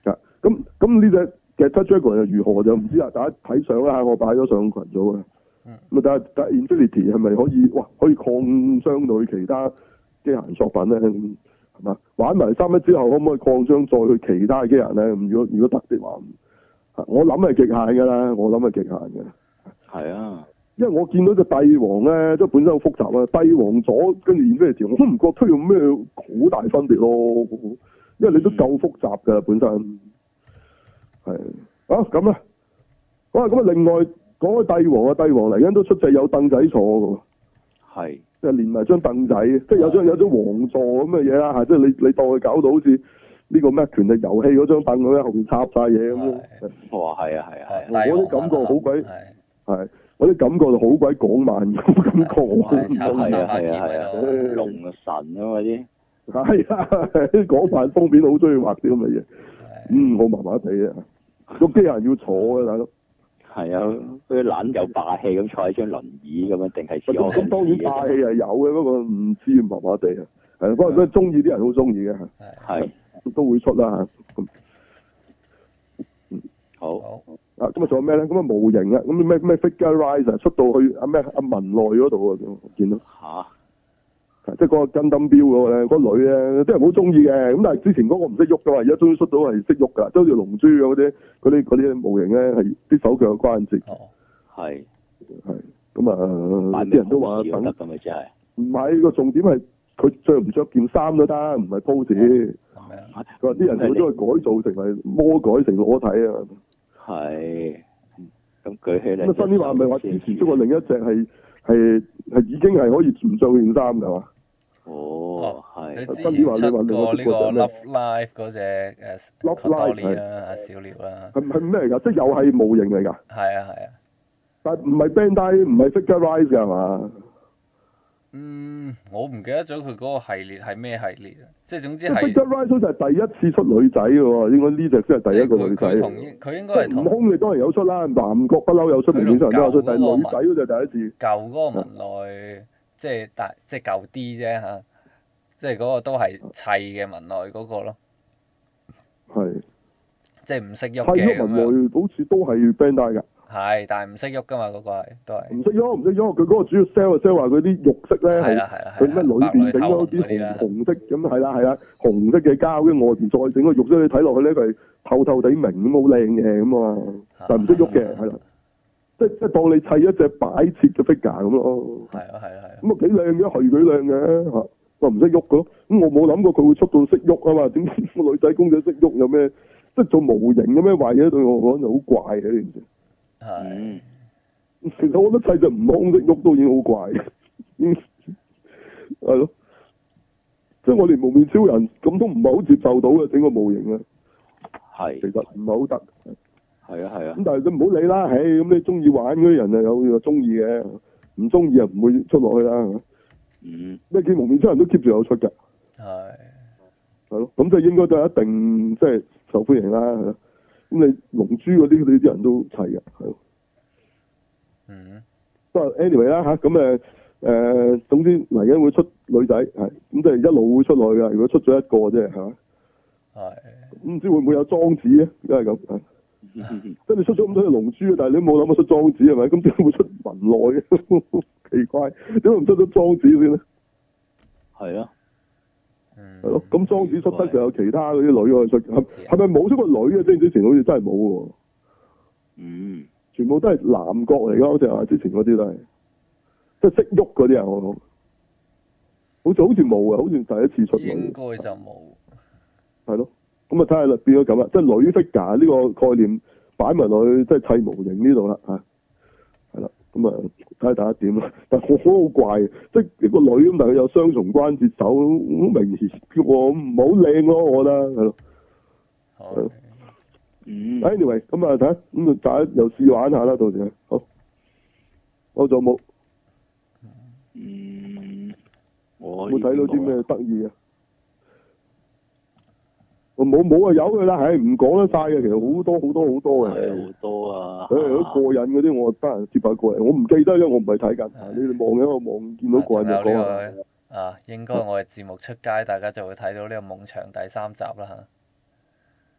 啊咁咁呢只嘅 Touch Dragon 又如何就唔知啦。大家睇相啦，我擺咗上群組啊。嗯咁啊，但係但係 Infinity 係咪可以哇可以擴張到去其他機械人作品咧？係嘛？玩埋三一之後，可唔可以擴張再去其他嘅機械人咧？咁如果如果得嘅話，啊我諗係極限㗎啦，我諗係極限㗎啦。係啊，因為我見到隻帝王咧，即係本身好複雜啊。帝王左跟住 Infinity，我都唔覺得有咩好大分別咯。因為你都夠複雜㗎本身係啊咁啦。好啊，咁啊，另外講開帝王啊，帝王嚟緊都出隻有凳仔坐㗎喎，係即係連埋張凳仔，即係有張有張王座咁嘅嘢啦，係即係你你當佢搞到好似呢個咩權力遊戲嗰張凳咁樣，後邊插晒嘢咁樣。我話係啊，係啊，係啊，係我啲感覺好鬼係係，我啲感覺就好鬼港漫咁感覺，我係唔插中意晒係啊，三把劍係啊，係喺度啊，龍嘅神啊嘛啲，係啊，港漫封面好中意畫啲咁嘅嘢。係嗯，我麻麻地啊，個機械人要坐嘅大佬，係啊，佢懶又霸氣咁坐喺張輪椅咁樣，定係似我咁當然霸氣係有嘅，不過唔知麻麻地啊。係啦，不過都係中意啲人好中意嘅，係係都會出啦嚇。咁好好啊，咁啊仲有咩咧？咁啊模型啊，咁咩咩 figure rise 啊，出到去啊咩阿文內嗰度啊，我見到。嚇即係嗰個跟燈錶嗰個咧，嗰、個女咧，即係好中意嘅。咁但係之前嗰個唔識喐噶嘛，而家終於出到係識喐㗎，即係好似龍珠咁嗰啲嗰啲嗰啲模型咧，係啲手腳有關節哦係係。咁啊，擺啲人都話明好等似得咁咪即係唔係個重點係佢着唔着件衫都得，唔係 pose。咁樣佢話啲人會將佢改造成為魔改成裸體啊。係嗯咁舉起咁啊嚟，，新啲話咪話之前出過另一隻係係係已經係可以唔着件衫㗎嘛？哦你係之新啲話前你話出你話過呢個出過隻咩 Love Live 嗰只誒 Love c Live，o d o 啦，啊阿小廖啦，係係咩嚟㗎？即係又係模型嚟㗎，係啊係啊，但係唔係 Bandai 唔係 figure rise 㗎係嘛？嗯，我唔記得咗佢嗰個系列係咩系列啊，即係總之即係係 Big Rise 就係第一次出女仔嘅喎，應該呢隻先係即第一係個女佢仔。啊佢同佢應該係悟同空你當然有出啦，南國不嬲有出，佢同明顯上都有出，舊嗰個但係女仔嗰就第一次。舊嗰個文內，即係大即係舊啲啫嚇，即係嗰個都係砌嘅文內嗰個咯，係，即係唔識喐係嘅喐咁樣，文內好似都係 Bandai 㗎，係，但係唔識喐噶嘛嗰個係都係，唔識喐唔識喐，佢嗰個主要 sell 就 sell 話佢啲肉色咧係係啊啦係啦佢咩係啦，裏白邊內整透咗啲嗰啲啊啦紅，紅色咁係啦係啦，紅色嘅膠，跟住外邊再整個肉色，你睇落去咧佢係透透地明咁好靚嘅咁啊嘛，但係唔識喐啊嘅嗯係啦，即即係當你砌一隻擺設嘅 figure 咁咯。係啊係啊係啊，咁啊幾靚嘅，係幾靚嘅嚇，我唔識喐嘅咯。咁我冇諗過佢會出到識喐啊嘛，點解個女仔公仔識喐有咩？即係做模型咁咩壞嘢對我講就好怪嘅呢件事。係嗯其 實我覺得砌隻悟空識喐都已經好怪 嘅，已經係咯。即係我連蒙面超人咁都唔係好接受到嘅整個模型啊，係其實唔係好得。係啊係啊咁但係你唔好理啦，唉，咁你中意玩嗰啲人就有有中意嘅，唔中意啊唔會出落去啦。係咪嗯 咩叫蒙面超人都 keep 住有出嘅。係係咯，咁就應該都係一定即係受歡迎啦。係咯咁你龍珠嗰啲，你啲人都齊嘅，係咯。嗯不過 anyway 啦嚇，咁誒誒，總之嚟緊會出女仔係，咁即係一路會出落去嘅。如果出咗一個啫，係嘛？係唔知會唔會有莊子咧？因為咁，係即係你出咗咁多隻龍珠，但係你都冇諗過出莊子係咪？咁點解會出文內 嘅？奇怪，點解唔出咗莊子先咧？係咯嗯係咯，咁莊子出得就有其他嗰啲女可以出，係係咪冇出過女啊嘅？即係之前好似真係冇喎。嗯全部都係南國嚟噶，好似話之前嗰啲都係，即係識喐嗰啲啊，我講，好似好似冇啊，好似第一次出嚟，應該就冇，係咯，咁啊睇下啦，變咗咁啦，即係女 figure 呢個概念擺埋落去，即係砌模型呢度啦嚇，係啦，咁啊睇下大家點啦， 但係好好怪嘅，即係一個女咁，但係佢有雙重關節手，好明顯嘅喎，唔好靚咯，我覺得係咯。好係咯嗯 anyway，咁啊睇下，咁啊大家又試玩下啦，到時啊好，我仲有冇嗯，我冇睇到啲咩得意嘅？我冇冇啊，由佢啦，唉，唔講得晒嘅，其實好多好多好多嘅，係好多啊，唉，啊哎有啲過癮嗰啲我得閒接下過嚟，我唔記得，因為我唔係睇緊啊係，你哋望緊我望見到啊過仲癮就有講呢啊，個啊，應該我嘅節目出街，大家就會睇到呢個夢場第三集啦嚇。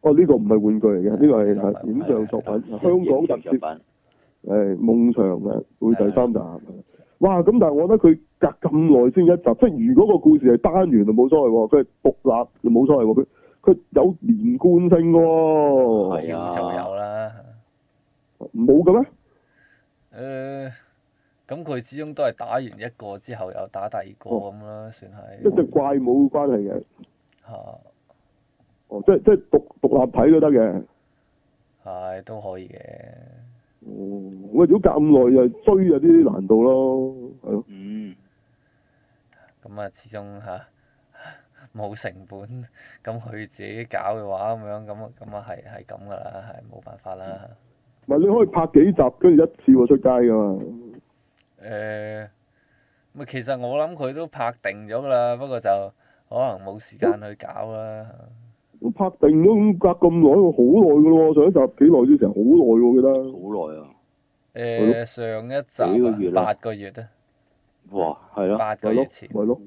哦，呢個唔係玩具嚟嘅，呢個係呢個唔係係影像作品，啊香港特影像攝作，品誒夢場嘅會第係三集。啊哇！咁但係我覺得佢隔咁耐先一集，即係如果個故事係單元就冇所謂喎，佢係獨立就冇所謂喎，佢佢有連貫性嘅喎。係啊橋就有啦。冇嘅咩？誒、呃咁佢始終都係打完一個之後又打第二個哦咁啦，算一隻係怪冇關係嘅，嚇，哦，即係即係獨獨立睇都得嘅。係都可以嘅。哦，喂，如果隔咁耐又追有啲難度咯，係咯。嗯咁啊，始終嚇 冇成本，咁佢自己搞嘅話咁樣，咁啊咁啊係係咁噶啦，係冇辦法啦。唔係你可以拍幾集，跟住一次過出街㗎嘛。誒、嗯咪其實我諗佢都拍定咗噶啦，不過就可能冇時間去搞啦。咁拍定咗咁隔咁耐，好耐㗎咯喎。上一集幾耐之前，好耐喎，我記得。好耐啊，誒、上一集幾個月啊啦八個月啊，哇，係咯，八個咪咯月前，咪咯。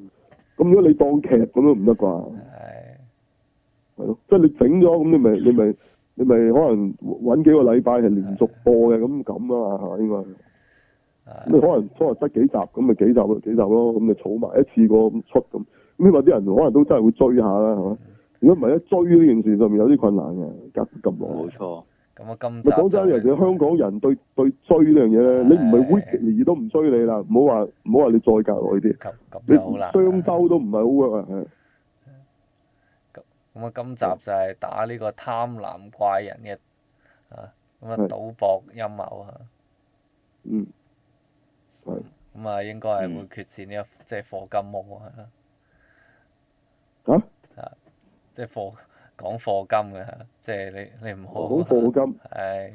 咁如果你當劇咁都唔得啩？係係咯，即係你整咗咁，你咪你咪你咪可能揾幾個禮拜係連續播嘅，咁咁啊嘛，係嘛應該。咁你係可能可能得幾集，咁咪幾集咯，幾集咯，咁咪儲埋一次過咁出咁。咁呢個啲人可能都真係會追下啦，係嘛？如果唔係一追呢件事上面有啲困難嘅，隔咁耐。冇錯，咁啊，今集咪講真，尤其是香港人對對追呢樣嘢咧，你唔係係 weekly 都唔追你啦，唔好話唔好話你再隔耐啲，咁咁你就好啦。雙周都唔係好 work 啊，係咁啊，今集就係打呢個貪婪怪人嘅啊，咁啊係賭博陰謀啊，嗯係咁啊應該係嗯會決戰呢、個即係課金魔啊，係啦啊嚇。即係課講課金嘅係啦，即係你你唔好啊好課金係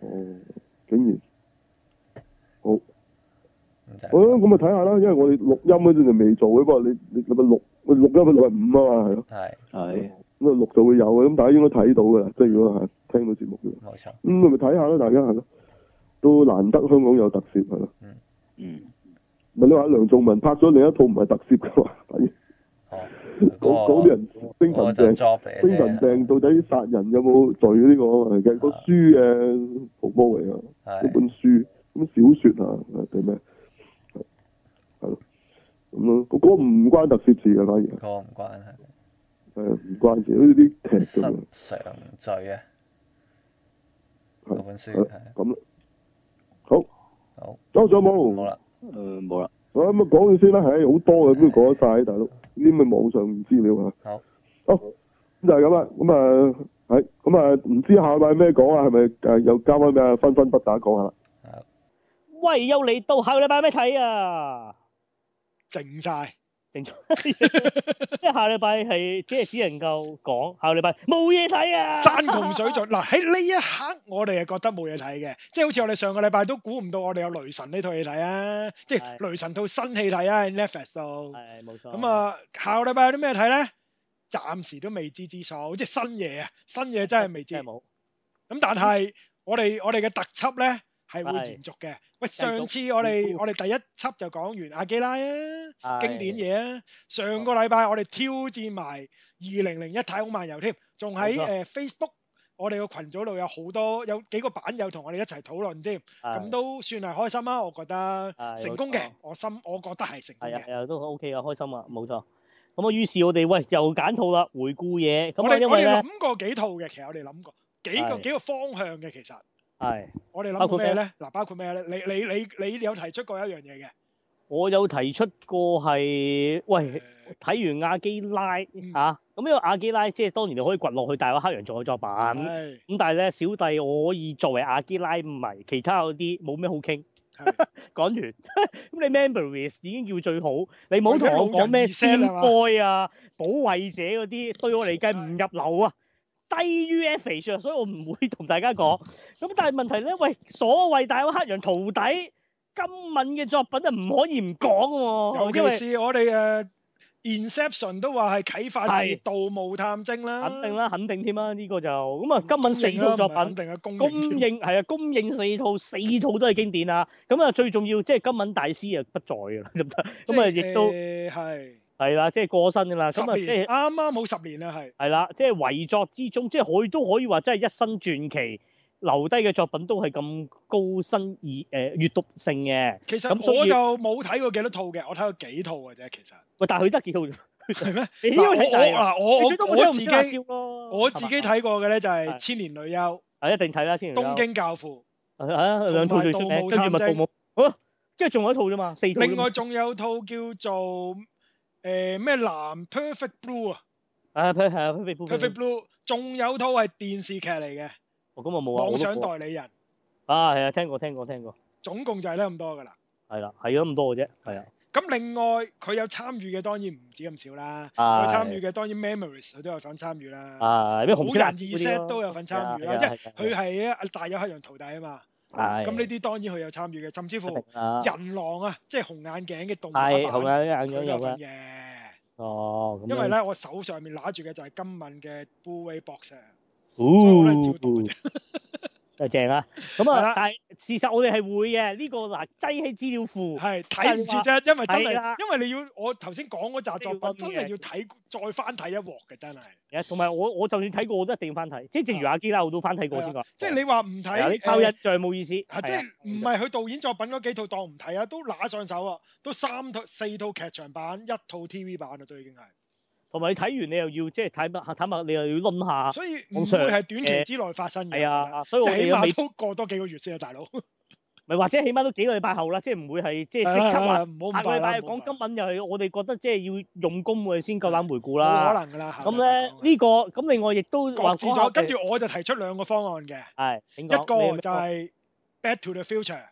哦，竟然。咁就係好啦，咁咪睇下啦，因為我哋錄音嗰陣就未做嘅，不過你你禮拜六，我哋錄音禮拜五啊嘛，係咯，係係咁啊錄就會有嘅，咁大家應該睇到㗎啦，即係如果係聽到節目嘅，冇錯，咁咪睇下啦，大家係咯，都難得香港有特攝係咯，嗯咪你話梁仲文拍咗另一套唔係特攝㗎嘛，反而哦，講講嗰啲人精個嗰個神病。就 job 嚟嘅精神啫，病到底殺人有冇罪呢、個啊嘛？其實個書嘅圖報嚟啊，一係本書咁小說啊定咩？係咯，咁咯，嗰、個唔關特攝事嘅，反而嗰個唔關係，係唔關事，好似啲劇咁樣失常罪啊，係嗰本書係係咁啦。好，好，走上冇好，啦，誒冇啦，好咁啊講咗先啦，係好多嘅，邊度講得晒大佬？呢啲咪網上資料啊。好，好，咁就係咁啦，咁啊係，咁啊唔知下禮拜咩講啊？係咪誒又交翻俾阿分分不打講下啦？喂，又嚟到下個禮拜有咩睇啊？靜晒。定 即係下禮拜係即係只能夠講下個禮拜冇嘢睇啊！山窮水盡嗱喺呢一刻，我哋係覺得冇嘢睇嘅，即係好似我哋上個禮拜都估唔到我哋有雷神呢套戲睇啊，即係係雷神套新戲睇啊喺 Netflix 度。係冇錯。咁，啊，下個禮拜有啲咩睇咧？暫時都未知之數，即係新嘢啊，新嘢真係未知。真係冇。咁但係我哋我哋嘅特輯咧係係會延續嘅。喂，繼續上次我嗯哋我哋第一輯就講完阿基拉啊。經典嘢啊！上 Ờ. 個禮拜我哋挑戰埋二零零一太空漫遊添，仲喺冇誒 Facebook 我哋個群組度有好多有幾個版友同我哋一齊討論添，係，咁都算係開心啦，我覺得係成功嘅嗯冇錯，我心我覺得係成功係啊，嘅。係啊，都 OK 啊，開心啊，冇錯。咁啊，於是我哋喂又揀套啦，回顧嘢。我咁啊，哋因我為哋咧諗過幾套嘅，其實我哋諗過幾個係幾個方向嘅，其實係我哋包諗括過咩咩咧？嗱，包括咩咧？你你你你有提出過一樣嘢嘅，我有提出過係喂睇完阿基拉嗯啊，咁因為阿基拉即係當然你可以掘落去大話黑羊座嘅作品。係咁但係咧，小弟我可以作為阿基拉迷，其他嗰啲冇咩好傾。係 講完，咁你 Memories 已經叫最好，你唔好同我講咩或者 Sin 老人二聲係嘛 Boy 啊、保衞者嗰啲，對我嚟計唔入流啊，低於 average 啊，所以我唔會同大家講。咁但係問題咧，喂，所謂大黑羊徒弟金敏嘅作品啊，唔可以唔講喎，因尤其為是我哋誒 Inception 都話係啟發自係《盜墓探偵》啦，肯定啦，肯定添啦，呢個就咁啊，金敏四定套啦作唔係品肯。定嘅公供認添應係啊，供應四套，四套都係經典啊！咁啊，最重要即係金敏大師啊不在㗎啦，得唔得？咁啊，即係亦都誒係係啦，即係過身㗎啦。咁啊，十即係年，啱啱好十年啦，係係啦，即係遺作之中，即係可以都可以話，真係一生傳奇留低嘅作品都係咁高深意誒閱讀性嘅。其實咁所以我就冇睇過幾多套嘅，我睇過幾套嘅啫，其 實喂，但係佢得幾套啫？係咩？你呢嗱個我睇就我係啦嗱我你最多冇我睇過我紅自色辣椒己咯。我自己啊係嘛睇過嘅咧就係係《千年女優係一定睇啦，之》 《前有東京教父啊兩套最出名，同埋跟盜墓住咪探盜偵墓好啊，跟住仲有一套啫嘛，四》，套啫嘛。另外仲有套叫做誒咩男 Perfect Blue 啊啊，佢係啊，perfect Blue， ，Perfect Blue，仲有套係電視劇嚟嘅哦咁啊冇啊，我《妄都想冇啊代理人》，啊係啊，聽過聽過聽過，總共就係得咁多㗎啦。係啦，係咁多嘅啫，係啊，咁另外佢有參與嘅當然唔止咁少啦，係有參與嘅當然 Memories 佢都有份參與啦，啊咩紅古色人辣二椒嗰啲 set 咯都有份參與係啦，啊即係係啊佢係咧大有黑羊徒弟啊嘛，係咁呢啲當然佢有參與嘅，甚至乎一定啦人狼啊，即係紅眼鏡嘅動係啊畫紅版，眼啊佢眼都鏡有有份啦。嘅。哦，咁因為樣咧，我手上面拿住嘅就係今敏嘅 Blu-ray box 啊，哦所以我咧照讀嘅啫。就正啊！咁係啦啊，但係事實我哋係會嘅，呢個嗱擠喺資料庫，係睇唔切啫，因為真哦係啦係，因為你要我頭先講嗰扎作品，真真係要係要睇再翻睇一鑊嘅，真係。係啊同埋我我就算睇過，我都一定翻睇，即係正如阿基拉我都翻睇過先係㗎啊，即係你話唔係啊你睇，靠誒印象冇意思，啊，即係係啊唔係佢導演作品嗰幾套當唔睇啊，都揦上手啊，都三套四套劇場版，一套 TV 版啊，都已經係，同埋你睇完你又要即係睇乜坦白，你又要攆下，所以唔好上會係短期之內發生嘅。係啊，所以我我覺得，哋都即係起未碼都過多幾個月先啊，大佬。 咪或者起碼都幾個禮拜後啦，即係唔會係即係係即啦刻係啦話唔好下個咁快啊禮啦，拜唔好講咁快今敏又係我哋覺得即係要用功嘅先夠膽回顧啦。冇可能㗎啦。咁咧呢個咁另外亦都話啊各自咗，跟住講我就提出兩個方案嘅，係點一講你個咩就係 Back to the Future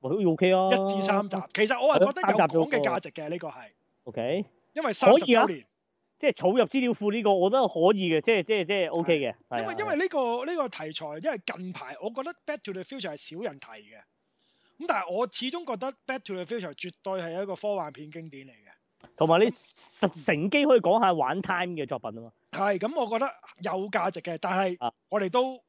喂都 OK 啊，一至三集，其實我係覺得有講嘅價值嘅呢個係， OK，因為三十可以啊週年。即係儲入資料庫呢個我覺得可以嘅，即係即係即係 OK 嘅。係因啊為因為呢、個呢、個題材，因為近排我覺得《Back to the Future》係少人提嘅，咁但係我始終覺得《Back to the Future》絕對係一個科幻片經典嚟嘅。同埋你實乘機可以講下玩 time 嘅作品啊嘛。係咁，我覺得有價值嘅，但係啊我哋都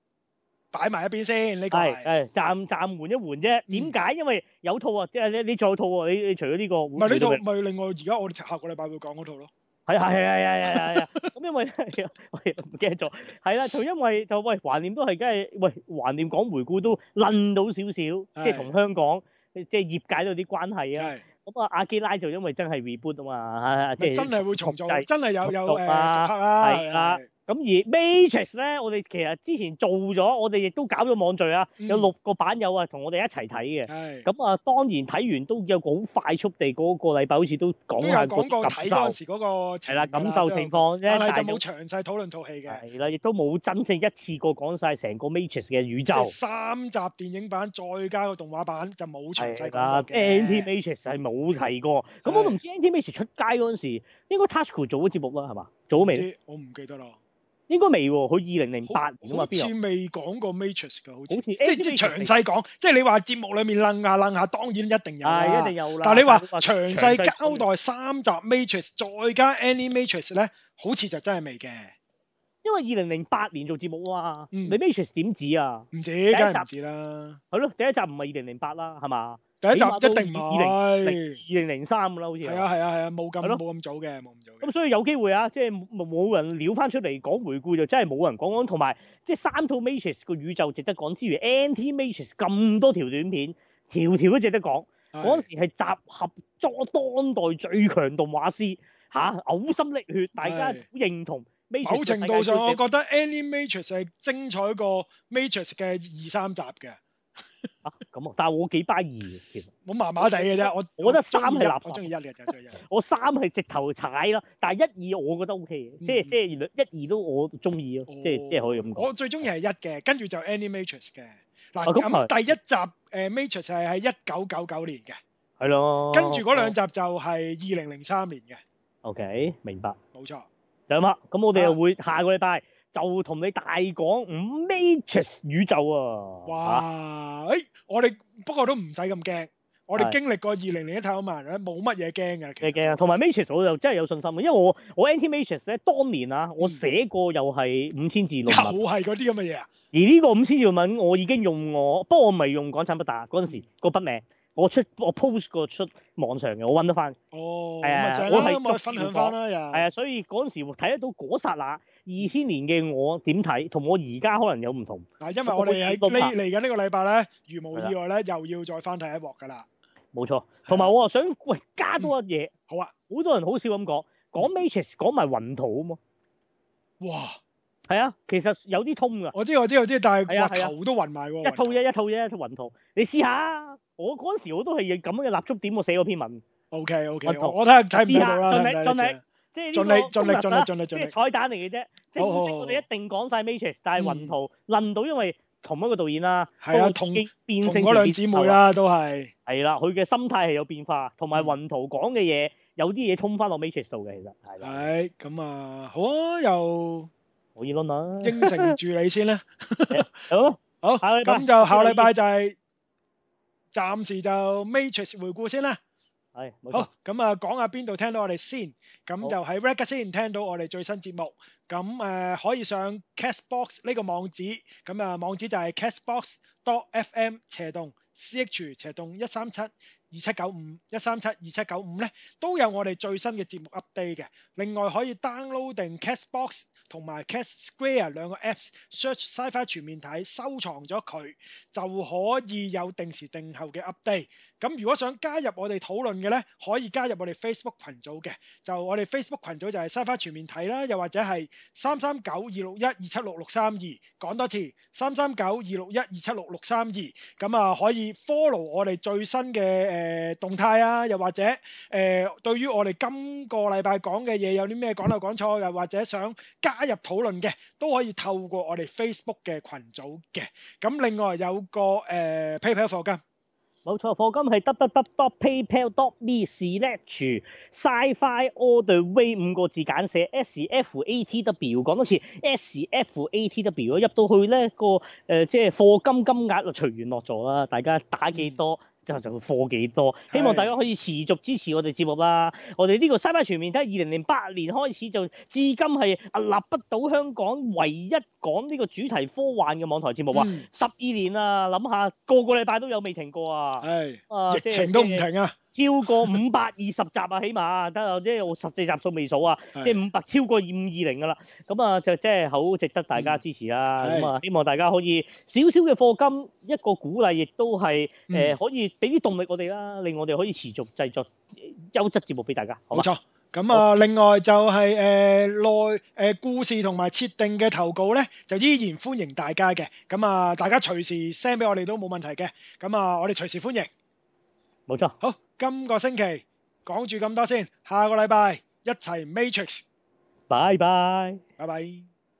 擺埋一邊先。呢、個係係係嗯暫暫緩一緩啫。點解？因為有套啊，即係你你仲有套喎。你你除咗呢個，唔唔係呢套？咪另外而家我哋下個禮拜會講嗰套咯。係係係係係係係係咁因為 係啊喂唔記得咗，係啦，就因為就喂懷念都係，梗係喂懷念講回顧都撚到少少，即係同香港即係業界都有啲關係啊。係咁啊，阿基拉就因為真係 reboot 啊嘛，即咪係真係會重重做，製真係有有重誒做復啊刻啦。係啦係咁而 Matrix 咧，我哋其實之前做咗，我哋亦都搞咗網聚啊，嗯有六個版友啊，同我哋一齊睇嘅。係咁啊，當然睇完都有個好快速地嗰個禮拜，好似都講都有下個講過睇感嗰陣受，時嗰個情係啦，形㗎感受情，況啫，但係但就係冇詳細討論套戲嘅。係啦，亦都冇真正一次過講晒成個 Matrix 嘅宇宙即係。三集電影版再加個動畫版就冇詳細講係過啦嘅。 ，Anti Matrix 係冇提過。咁我都唔知 Anti Matrix 出街嗰陣時，應該 Tasuku 做咗節目啦，係嘛？做咗唔未？知我唔記得啦。應該未喎，佢二零零八年啊嘛，好邊有？似未講過 Matrix 㗎，好似好似即 Anti 係即 Matrix 係詳細講，即係你話節目裡面楞下楞下，當然一定有啦係一定有啦。但係你話係詳細交代三集 Matrix 再加 Any Matrix 咧，好似就真係未嘅，因為二零零八年做節目啊嘛，你嗯 Matrix 點止啊？唔止梗係唔止啦。係咯，第一集唔係二零零八啦，係嘛？第一集起碼都一定唔零係，二零零三啦，好似係啊。係啊係啊，冇咁係咯冇咁早嘅，冇咁早嘅咁。所以有機會啊，即係冇冇人撩翻出嚟講回顧就真係冇人講講，同埋即係三套 Matrix 個宇宙值得講之餘，Anti Matrix 咁多條短片，條條都值得講。嗰陣時係集合咗當代最強動畫師嚇，嘔、心瀝血，大家係好認同 Matrix 某嘅程世界度上，觀我點覺得 Any Matrix 係精彩過 Matrix 嘅二三集嘅。啊咁啊，但係我幾巴二嘅其實。我麻麻地嘅啫，我我覺得三係我中垃圾意一我中意一嘅啫，中 意一。我三係直頭踩啦，但係一二我覺得 O K 嘅，即係嗯哦即係原來一二都我中意咯，即係即係可以咁講。我最中意係一嘅，跟住就 Any Matrix 嘅。嗱啊咁咁係第一集誒 Matrix 係喺一九九九年嘅，係咯。跟住嗰兩集就係二零零三年嘅， O K，明白。冇錯。就咁啦。咁我哋又啊會下個禮拜就同你大講五 Matrix 宇宙啊。嚇！哇！誒，我哋不過都唔使咁驚，我哋係經歷過二零零一太空漫咧，冇乜嘢驚嘅。其嘅實嘅，同埋 Matrix 我就真係有信心嘅，因為我我 Anti Matrix 咧，當年啊，我嗯寫過又係五千字又論文，係嗰啲咁嘅嘢啊！而呢個五千字論文我已經用我，不過我唔係用港產筆打嗰陣時個筆名，我出我 post 過出網上嘅，我揾得翻。哦，咁係啊咪正我啦，係咁我哋逐分條享翻啦又。係係啊，所以嗰陣時睇得到嗰剎那二千年嘅我點睇，同我而家可能有唔同。嗱，啊因為我哋喺咁我會呢見嚟緊呢個禮拜咧，如無意外咧，又要再翻睇一鑊噶啦。冇錯，同埋我又想喂加多一嘢，好啊，好多人好少咁講，講 Matrix 講埋雲圖啊嘛，哇！係啊，其實有啲通噶，我知我知我知，但係係話啊係啊頭都暈埋喎。一套啫，一套啫，一套雲圖，你試下啊！我嗰陣時我都係咁樣嘅立足點，我寫嗰篇文， O K O K，暈頭我我睇下睇唔睇到啦，試下睇唔睇盡力得盡力即係住盡呢力個盡力 bonus 盡力啦盡力盡即力係彩蛋嚟嘅啫。正好好好嗯式我哋一定講晒 Matrix，但係雲圖論到因為同一個導演啦，係啊都同已經變同性嗰成兩變姊態妹啦啦，都係係啦，佢嘅心態係有變化，同埋嗯雲圖講嘅嘢有啲嘢通翻落 Matrix 度嘅，其實係啦，係咁啊，好啊，又可以論啦，應承住你先啦。係咯，好，下個禮拜咁就下個禮拜就係暫時就 Matrix 回顧先啦。係冇錯好，咁啊講下邊度聽到我哋先，好咁就喺 r e g a 先聽到我哋最新節目，咁誒、呃可以上 Castbox 呢個網址，咁啊網址就係 castbox.fm 斜洞 ch 斜洞一三七二七九五一三七二七九五咧，都有我哋最新嘅節目 update 嘅。另外可以 download 定 Castbox 同埋 Cast Square 兩個 apps，search Sci-Fi 全面睇，收藏咗佢就可以有定時定候嘅 update。咁如果想加入我哋討論嘅呢，可以加入我哋 Facebook 群組嘅。就我哋 Facebook 群組就係西花全面睇啦，又或者係三三九二六一二七六六三二。講多次，三三九二六一二七六六三二。咁啊，可以 follow 我哋最新嘅誒、呃、動態啊，又或者誒、呃、對於我哋今個禮拜講嘅嘢有啲咩講漏講錯，又或者想加入討論嘅，都可以透過我哋 Facebook 嘅群組嘅。咁另外有個誒、呃 PayPal 課金。冇錯，課金係 www.paypal.me/slash sci-fi all the way 五個字簡寫 SFATW，講多次 SFATW，入到去咧個誒、呃即係課金金額就隨緣落咗啦，大家打幾多？就就貨幾多？希望大家可以持續支持我哋節目啦。我哋呢個西班全面睇，二零零八年開始就至今係立不到香港唯一講呢個主題科幻嘅網台節目啊！嗯十二年啊，諗下個個禮拜都有未停過啊！唉，啊疫情都唔，停啊！即係超過五百二十集啊，起碼得啊，即係我十四集數未數啊，即係五百超過五二零噶啦。咁啊，就即係好值得大家支持啊！嗯咁啊，希望大家可以少少嘅課金一個鼓勵，亦都係嗯誒可以俾啲動力我哋啦，令我哋可以持續製作優質節目俾大家，好嘛冇？錯。咁啊，另外就係誒呃內誒故事同埋設定嘅投稿咧，就依然歡迎大家嘅。咁啊，大家隨時 send 俾我哋都冇問題嘅。咁啊，我哋隨時歡迎。冇錯，好，今個星期講住咁多先，下個禮拜一齊 Matrix，拜拜。拜拜。